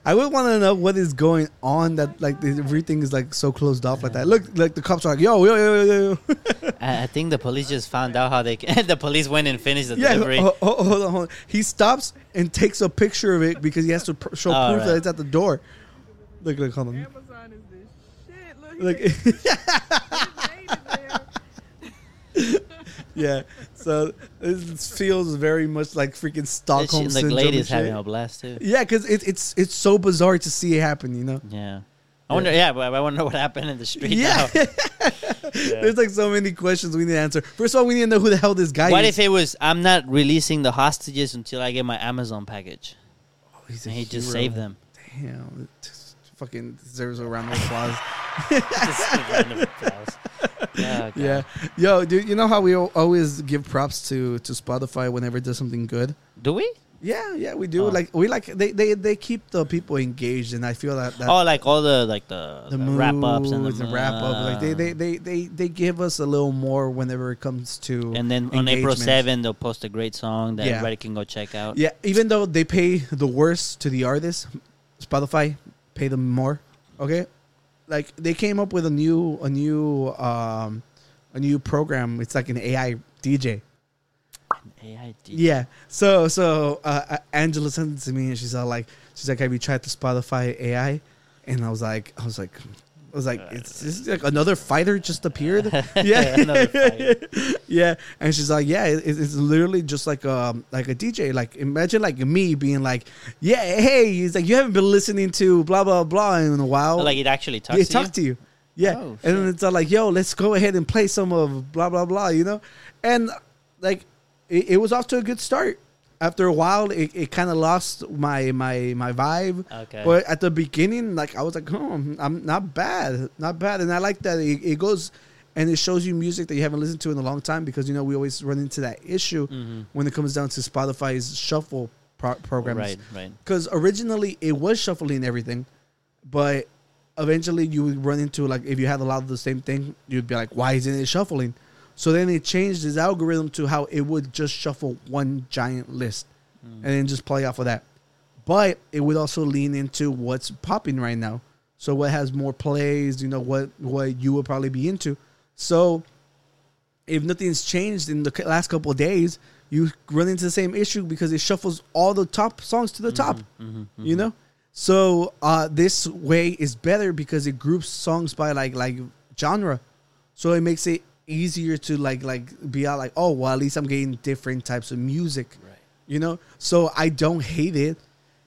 S1: I would want to know what is going on that like everything is like so closed off like that. Look, like the cops are like, yo, yo, yo, yo, yo.
S2: I, I think the police just found out how they can. the police went and finished the
S1: yeah, oh,
S2: delivery.
S1: ho- ho- hold on, hold on. He stops and takes a picture of it because he has to pr- show
S2: Oh,
S1: proof
S2: right.
S1: that it's at the door. Look, look, hold on.
S8: Amazon is this shit.
S1: Look,
S8: Look, he made it there.
S1: yeah. So this feels very much like freaking
S2: This
S1: Stockholm
S2: shit- the
S1: syndrome.
S2: lady
S1: and
S2: is having
S1: shit.
S2: a blast too.
S1: Yeah, because it, it's it's so bizarre to see it happen. You know.
S2: Yeah. I wonder. Yeah, but I wonder what happened in the street.
S1: Yeah.
S2: now.
S1: There's like so many questions we need to answer. First of all, we need to know who the hell this guy
S2: What
S1: is.
S2: if it was? I'm not releasing the hostages until I get my Amazon package.
S1: He's a
S2: And he just
S1: hero.
S2: saved them.
S1: Damn. it just Fucking deserves a round of applause.
S2: Just a round of applause. Yeah. God.
S1: yeah, yo, dude, you know how we al- always give props to to Spotify whenever it does something good.
S2: Do we?
S1: Yeah, yeah, we do.
S2: Oh.
S1: Like we like they, they they keep the people engaged, and I feel that, that
S2: oh, like all the like the,
S1: the,
S2: wrap ups and the,
S1: moods wrap up. Like they, they, they, they, they give us a little more whenever it comes to
S2: Uh, And then on April
S1: engagement.
S2: 7, they'll post a great song that
S1: Yeah.
S2: everybody can go check out.
S1: Yeah, even though they pay the worst to the artists, Spotify pay them more. Okay, like they came up with a new a new um a new program. It's like an AI DJ.
S2: AID.
S1: Yeah. So so uh, uh, Angela sent it to me and she's all like, she's like, have you tried the Spotify AI? And I was like, I was like. I was like, it's this is like another fighter just appeared.
S2: Uh. Another
S1: Yeah,
S2: fire.
S1: yeah. And she's like, yeah, it, it's literally just like um like a DJ. Like imagine like me being like, yeah, hey, he's like, you haven't been listening to blah blah blah in a while.
S2: Oh, like it actually talks
S1: Yeah,
S2: to
S1: talk
S2: you?
S1: to you. Yeah.
S2: Oh,
S1: and then
S2: shit.
S1: it's all like, yo, let's go ahead and play some of blah, blah, blah, you know? And like, it, it was off to a good start. After a while, it, it kind of lost my, my, my vibe.
S2: Okay.
S1: But at the beginning, like, I was like, oh, I'm not bad. Not bad. And I like that it, it goes and it shows you music that you haven't listened to in a long time because, you know, we always run into that issue
S2: Mm-hmm.
S1: when it comes down to Spotify's shuffle pro- programs
S2: Right, right.
S1: because originally it was shuffling everything, but eventually you would run into like if you had a lot of the same thing, you'd be like, why isn't it shuffling? So then it changed its algorithm to how it would just shuffle one giant list
S2: Mm.
S1: and then just play off of that. But it would also lean into what's popping right now. So what has more plays, you know, what what you would probably be into. So if nothing's changed in the c- last couple of days, you run into the same issue because it shuffles all the top songs to the
S2: Mm-hmm,
S1: top. You know, so uh, this way is better because it groups songs by like like genre, so it makes it easier to like like be out like oh well at least I'm getting different types of music. Right. You know, so I don't hate it.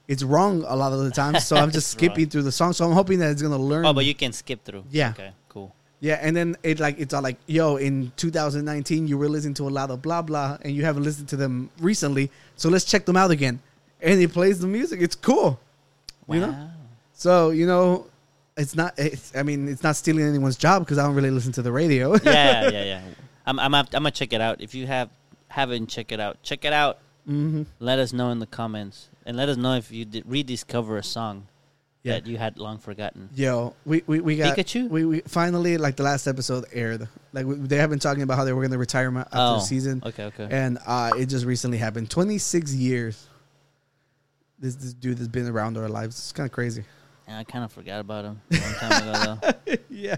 S1: It's wrong a lot of the time, so I'm just
S2: It's wrong.
S1: skipping through the song. So I'm hoping that it's gonna learn.
S2: Oh, but you can skip through.
S1: Yeah.
S2: Okay, cool.
S1: Yeah, and then it like it's all like, yo, in 2019 you were listening to a lot of blah blah, and you haven't listened to them recently, so let's check them out again. And it plays the music. It's cool.
S2: Wow.
S1: You know? So you know, it's not. It's, I mean, it's not stealing anyone's job because I don't really listen to the radio.
S2: yeah, yeah, yeah. I'm, I'm, up- I'm gonna check it out. If you have haven't check it out, check it out. Mm-hmm. Let us know in the comments, and let us know if you did rediscover a song
S1: Yeah.
S2: that you had long forgotten.
S1: Yo, we we, we got
S2: Pikachu?
S1: We, we finally like the last episode aired. Like we, they have been talking about how they were going to retire ma- after
S2: Oh,
S1: the season.
S2: okay, okay.
S1: And uh, it just recently happened. Twenty six years. This this dude has been around our lives. It's kind of crazy.
S2: And I kind of forgot about him a long time ago, though.
S1: yeah,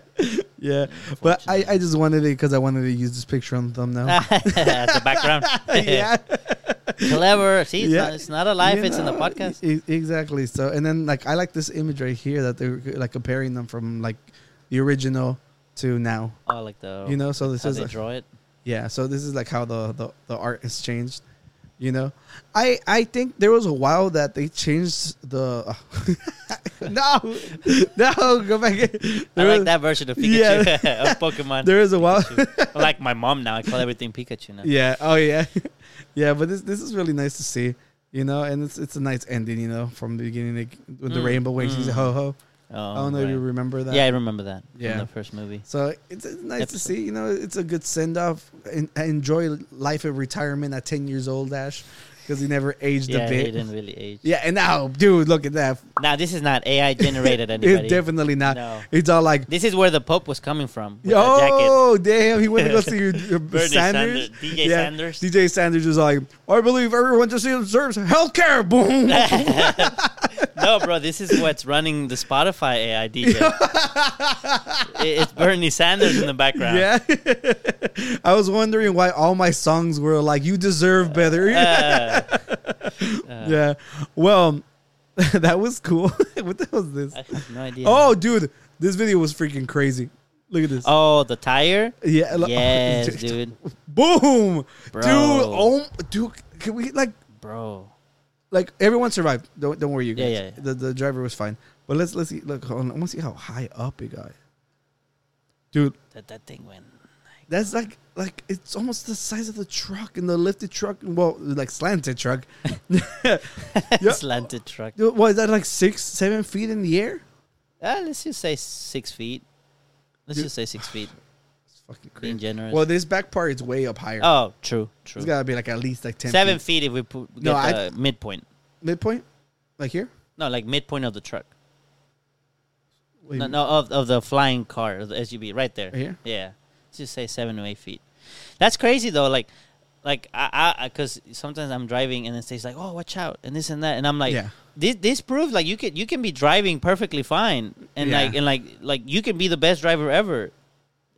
S1: yeah. But I, I just wanted it because I wanted to use this picture on the thumbnail.
S2: Ah, As a background.
S1: yeah,
S2: Clever. See, it's,
S1: Yeah.
S2: not, it's not a life.
S1: You
S2: it's in the
S1: know,
S2: podcast.
S1: e- exactly. So and then like I like this image right here that they're uh, like comparing them from like the original to now.
S2: Oh, like the
S1: You know, so this
S2: how
S1: is
S2: they
S1: like-
S2: draw it.
S1: Yeah, so this is like how the, the, the art has changed, you know. I I think there was a while that they changed the no no go back.
S2: I
S1: There
S2: like
S1: was-
S2: that version of
S1: Yeah.
S2: Pikachu of Pokemon.
S1: There is a while.
S2: Pikachu. like my mom now. I call everything Pikachu now.
S1: yeah. Oh yeah, yeah. But this this is really nice to see, you know. And it's it's a nice ending, you know, from the beginning like, with the
S2: Mm,
S1: rainbow waves. He's a
S2: mm.
S1: ho ho.
S2: Oh,
S1: I don't know if you
S2: right.
S1: remember that.
S2: Yeah, I remember that.
S1: Yeah.
S2: From the first movie.
S1: So it's, it's nice to
S2: Episode.
S1: see. You know, it's a good send off. And I enjoy life of retirement at ten years old, Ash, because he never aged a
S2: Yeah, he
S1: bit.
S2: didn't really age.
S1: Yeah, and now, dude, look at that.
S2: Now this is not AI generated anybody.
S1: It's definitely not.
S2: No.
S1: It's all like,
S2: This is where the Pope was coming from. With the jacket.
S1: oh, damn, he went to go see uh,
S2: Bernie
S1: Sanders.
S2: Sanders, DJ Sanders.
S1: DJ Sanders was like, I believe everyone just deserves health care. Boom.
S2: no, bro, this is what's running the Spotify AI DJ. It- it's Bernie Sanders in the background.
S1: Yeah. I was wondering why all my songs were like, you deserve better.
S2: Uh,
S1: yeah. Well, that was cool. what the hell is this?
S2: I have no idea.
S1: Oh, dude, this video was freaking crazy. Look at this.
S2: Oh, the tire?
S1: yeah. lo-
S2: Yes, dude.
S1: Boom,
S2: Bro.
S1: dude. Oh, dude. Can we like
S2: Bro.
S1: like everyone survived? Don't don't worry, you
S2: Yeah,
S1: guys.
S2: yeah, yeah.
S1: The the driver was fine. But let's let's see. Look, hold on. I want to see how high up it got. Dude,
S2: That, that thing went.
S1: that's like like it's almost the size of the truck and the lifted truck. Well, like slanted truck. yeah.
S2: Slanted truck.
S1: Dude, What is that? Like six, seven feet in the air?
S2: Ah, let's just say six feet. Let's
S1: Dude.
S2: just say six feet.
S1: It's fucking
S2: Being
S1: crazy.
S2: generous.
S1: Well, this back part is way up higher.
S2: oh, true,
S1: It's
S2: true.
S1: gotta be like at least like ten.
S2: Seven
S1: feet.
S2: feet if we put, get
S1: No,
S2: the
S1: I-
S2: midpoint.
S1: midpoint, like here.
S2: No, like midpoint of the truck.
S1: What do you
S2: No,
S1: mean?
S2: no, of of the flying car, the SUV, right there.
S1: Right here?
S2: Yeah, let's just say seven to eight feet. That's crazy though. Like, like I, I, because sometimes I'm driving and it says like, oh, watch out, and this and that, and I'm like,
S1: Yeah.
S2: this this proves like you can you can be driving perfectly fine, and
S1: Yeah.
S2: like and like like you can be the best driver ever.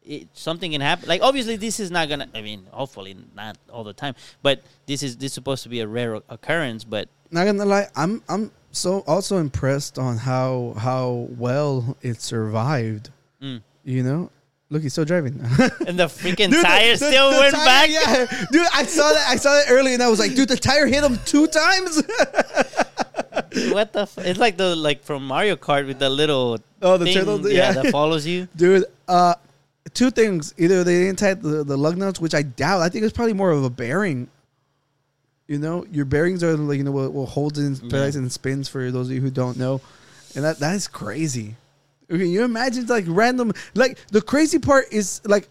S2: It, something can happen. Like obviously, this is not gonna. I mean, hopefully not all the time, but this is this is supposed to be a rare occurrence. But
S1: not gonna lie, I'm I'm so also impressed on how how well it survived. You know, look, he's still driving.
S2: and Mm. the freaking
S1: Dude, the-
S2: tire
S1: the-
S2: still
S1: the
S2: went
S1: tire-
S2: back.
S1: yeah. dude. I saw that. I saw that early, and I was like, dude, the tire hit him two times.
S2: What the? F- it's like the like from Mario Kart with the little
S1: Oh, the turtle, yeah.
S2: that follows you.
S1: dude. Uh, two things: either they didn't tighten the, the lug nuts, which I doubt. I think it's probably more of a bearing. You know, your bearings are like you know what, what holds in place and spins. For those of you who don't know, and that that is crazy. Can you imagine like random? Like the crazy part is like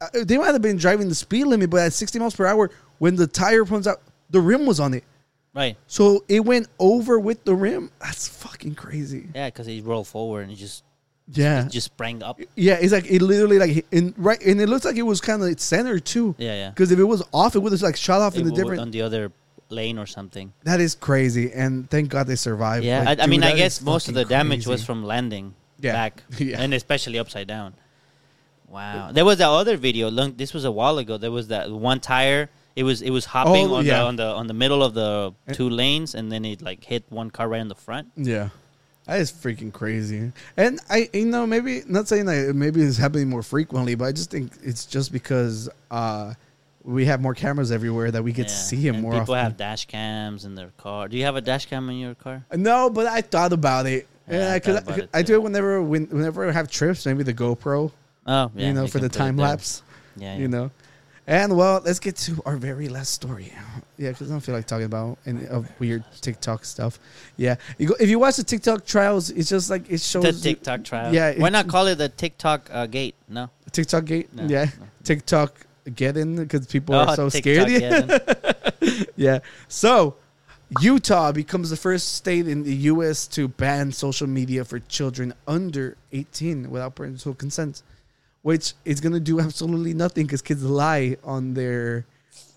S1: uh, they might have been driving the speed limit, but at sixty miles per hour, when the tire comes out, the rim was on it.
S2: Right.
S1: So it went over with the rim. That's fucking crazy.
S2: Yeah, because he rolled forward and he just
S1: Yeah.
S2: just sprang up.
S1: Yeah, it's like it literally like in right, and it looks like it was kind of centered too.
S2: Yeah, yeah.
S1: Because if it was off, it would have like shot off in the
S2: It w- on
S1: different.
S2: the other lane or something.
S1: That is crazy, and thank God they survived.
S2: Yeah,
S1: Like,
S2: I, I mean,
S1: dude,
S2: I
S1: that
S2: guess
S1: is
S2: most of the
S1: fucking
S2: damage was
S1: crazy.
S2: from landing
S1: Yeah.
S2: back,
S1: Yeah.
S2: and especially upside down. Wow, there was that other video. Long, this was a while ago. There was that one tire. It was it was hopping
S1: Oh,
S2: on
S1: yeah.
S2: the on the on the middle of the two lanes, and then it like hit one car right in the front.
S1: Yeah, that is freaking crazy. And I, you know, maybe not saying that maybe it's happening more frequently, but I just think it's just because uh we have more cameras everywhere that we get to
S2: Yeah,
S1: see him
S2: and
S1: more
S2: People
S1: often.
S2: have dash cams in their car. Do you have a dash cam in your car?
S1: No, but I thought about it.
S2: Yeah,
S1: Yeah,
S2: I
S1: because
S2: thought about
S1: I,
S2: it,
S1: I
S2: too.
S1: do it whenever when, whenever I have trips, maybe the GoPro,
S2: Oh, yeah,
S1: you know, for
S2: can
S1: the
S2: put it
S1: time
S2: there.
S1: lapse.
S2: Yeah,
S1: you know. And well, let's get to our very last story. Yeah, because I don't feel like talking about any of weird TikTok stuff. Yeah, you go, if you watch the TikTok trials, it's just like it shows
S2: the
S1: you-
S2: TikTok trial.
S1: Yeah,
S2: why
S1: it-
S2: not call it the TikTok uh, gate? No,
S1: TikTok gate.
S2: No,
S1: yeah,
S2: no.
S1: TikTok get in because people
S2: Oh,
S1: are so
S2: TikTok,
S1: scared.
S2: yeah, then.
S1: Yeah. So Utah becomes the first state in the U.S. to ban social media for children under 18 without parental consent, which is going to do absolutely nothing because kids lie on their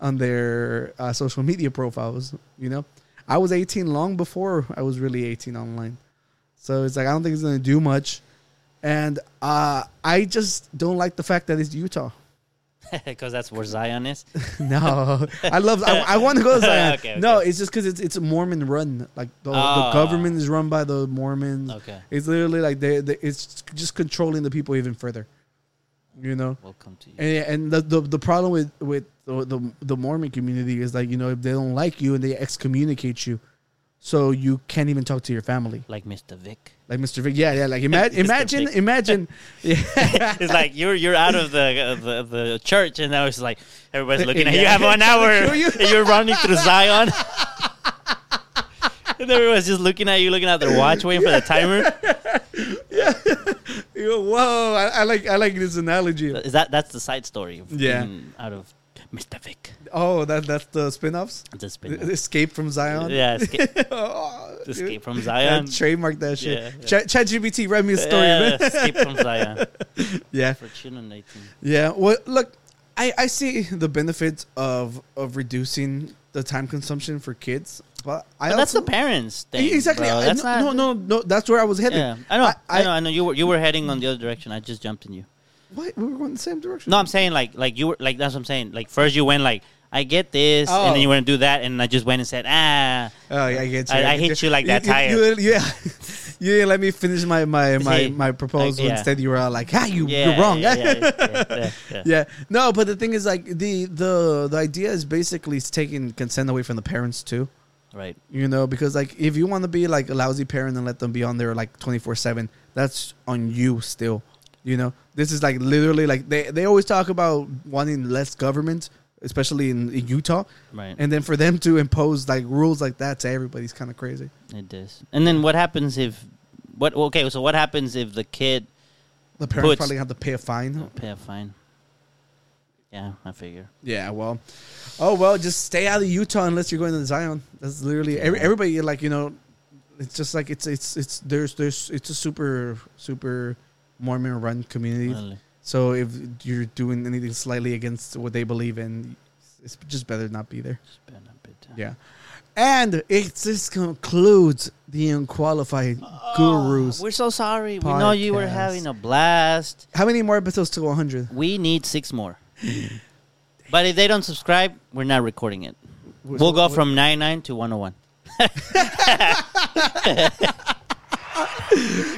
S1: on their uh, social media profiles. You know, I was 18 long before I was really 18 online, so it's like I don't think it's going to do much. And uh, I just don't like the fact that it's Utah.
S2: because that's where Zion is.
S1: No, I love. I, I want to go to Zion.
S2: Okay,
S1: No,
S2: okay.
S1: it's just because it's it's Mormon run. Like the, the
S2: Ah.
S1: government is run by the Mormons.
S2: Okay.
S1: it's literally like they, they it's just controlling the people even further. You know,
S2: Welcome to you.
S1: and, and the, the the problem with with the, the the Mormon community is like you know if they don't like you and they excommunicate you, so you can't even talk to your family.
S2: Like Mr. Vic,
S1: Like Mr. Vic, yeah, yeah. Like ima-
S2: Mr.
S1: imagine,
S2: Vic.
S1: imagine, yeah.
S2: it's like you're you're out of the uh, the, the church, and now it's like everybody's looking at you.
S1: Yeah.
S2: You have one hour,
S1: Trying to kill you.
S2: and you're running through Zion, and everyone's just looking at you, looking at their watch, waiting for the timer.
S1: Whoa, I, I like I like this analogy.
S2: Is that that's the side story? Of
S1: Yeah.
S2: being out of Mr. Vic.
S1: Oh, that that's the spin-offs.
S2: That's been
S1: Escape from Zion.
S2: yeah. escape-
S1: Oh, dude.
S2: Escape from
S1: Yeah,
S2: Zion.
S1: trademark that shit.
S2: Yeah, yeah.
S1: Chat ChatGPT, write me a story,
S2: Yeah,
S1: man.
S2: escape from Zion.
S1: yeah,
S2: Opportunity.
S1: yeah. Well, look, I, I see the benefits of of reducing the time consumption for kids, but I
S2: But that's the
S1: also- E,
S2: parents thing.
S1: exactly.
S2: bro.
S1: I-
S2: That's
S1: no,
S2: not-
S1: no, no, no, That's where I was headed.
S2: Yeah, I know. I, know. I know. You were you were heading on the other direction. I just jumped in you.
S1: What? We were going the same direction.
S2: No, I'm saying like like you were like that's what I'm saying. Like first you went like I get this,
S1: Oh.
S2: and then you went to do that, and I just went and said ah.
S1: Oh, yeah, I get you.
S2: I- I
S1: get
S2: hit you like that tire.
S1: You, you, yeah. You didn't let me finish my my my,
S2: Hey,
S1: my proposal.
S2: like, yeah.
S1: Instead, you were all like, "Ah, you
S2: Yeah,
S1: you're wrong."
S2: Yeah, yeah, yeah, yeah, yeah.
S1: yeah. No, but the thing is, like the the the idea is basically it's taking consent away from the parents too.
S2: Right.
S1: You know, because like if you want to be like a lousy parent and let them be on there like twenty four seven, that's on you still. You know, this is like literally like they they always talk about wanting less government, especially in, in Utah.
S2: Right.
S1: And then for them to impose like rules like that to everybody's kind of crazy.
S2: It does. And then what happens if what? Okay, so what happens if the kid
S1: The parents
S2: Puts-
S1: probably have to pay a fine.
S2: don't pay a fine? Yeah, I figure.
S1: Yeah, well, oh well, just stay out of Utah unless you're going to Zion. That's literally every, everybody like you know, it's just like it's it's it's there's there's it's a super super Mormon run community.
S2: Really.
S1: So if you're doing anything slightly against what they believe in, it's just better not be there.
S2: Just been a bit.
S1: Yeah. And it this concludes the unqualified gurus.
S2: We're so sorry. Oh, We know you were
S1: Podcast.
S2: having a blast.
S1: How many more episodes to 100?
S2: We need six more. but if they don't subscribe, we're not recording it. We'll go from 99 to 101.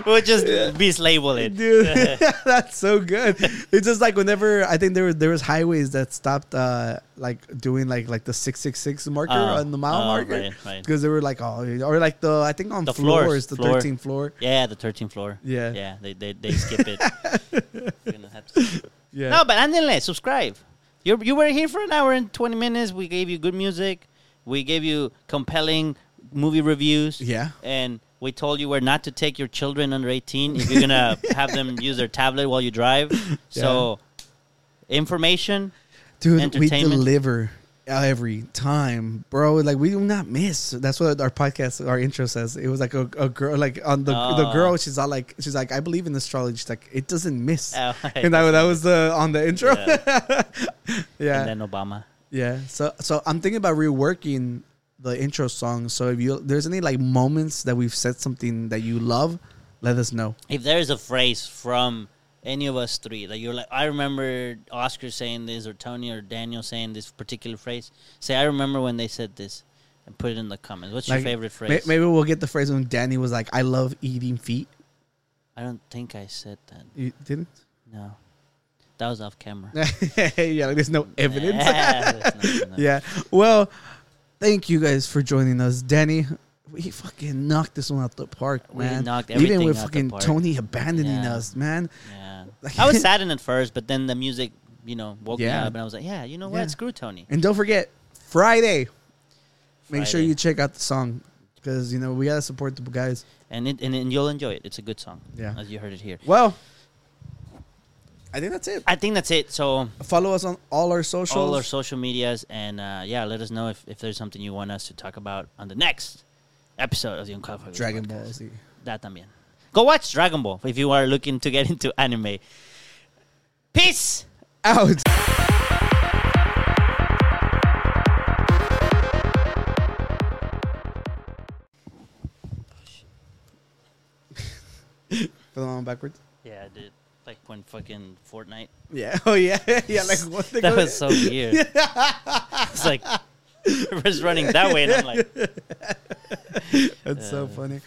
S2: we'll just mislabel it.
S1: Dude, that's so good. It's just like whenever I think there was there was highways that stopped uh like doing like like the six six six marker
S2: Oh,
S1: on the mile
S2: oh,
S1: marker
S2: right, right.
S1: because they were like oh or like the I think on
S2: The
S1: floors,
S2: floors,
S1: the
S2: floor.
S1: thirteenth floor
S2: Yeah, the 13th floor.
S1: Yeah.
S2: Yeah, they, they, they skip it. We're gonna have to skip it.
S1: yeah
S2: No, but Andele, subscribe. You you were here for an hour and 20 minutes. We gave you good music. We gave you compelling movie reviews.
S1: Yeah.
S2: And we told you where not to take your children under 18 if you're going to have them use their tablet while you drive. So, information.
S1: dude we
S2: Entertainment.
S1: deliver every time bro like we do not miss that's what our podcast our intro says it was like a, a girl like on the the
S2: Oh.
S1: girl she's all like she's like i believe in astrology she's like it doesn't miss
S2: Oh,
S1: and that, that was the on the intro yeah yeah,
S2: And then Obama.
S1: so so i'm thinking about reworking the intro song so if you there's any like moments that we've said something that you love let us know
S2: If there is a phrase from any of us three that you're like, I remember Oscar saying this, or Tony or Daniel saying this particular phrase, say, I remember when they said this, and put it in the comments. What's
S1: Like,
S2: your favorite
S1: may-
S2: phrase?
S1: maybe we'll get the phrase when danny was like i love eating feet
S2: I don't think I said that.
S1: you didn't
S2: No, that was off camera.
S1: yeah like there's no evidence
S2: Yeah, that's not- no.
S1: yeah. Well, thank you guys for joining us, Danny. He fucking knocked this one out the park,
S2: We
S1: man.
S2: knocked
S1: Even
S2: everything
S1: with
S2: out the
S1: fucking
S2: park.
S1: Tony abandoning
S2: Yeah.
S1: us, man.
S2: Yeah. I was saddened at first, but then the music, you know, woke
S1: Yeah.
S2: me up, and I was like, yeah, you know what?
S1: Yeah.
S2: Screw Tony.
S1: And don't forget Friday. Make sure
S2: Friday.
S1: you check out the song because you know we gotta support the guys.
S2: And it and, and you'll enjoy it. It's a good song.
S1: Yeah.
S2: As you heard it here.
S1: Well, I think that's it.
S2: I think that's it. So
S1: Follow us on all our socials.
S2: all our social medias, and uh, yeah, let us know if, if there's something you want us to talk about on the next episode of the Uncovered
S1: Dragon Ball Z.
S2: That también. Go watch Dragon Ball if you are looking to get into anime. Peace.
S1: Out. Put them on backwards.
S2: Yeah, dude. Like when fucking Fortnite.
S1: Yeah. Oh yeah. yeah. Like what the
S2: That was so weird. it's like we're just running that way, and I'm like,
S1: That's so funny.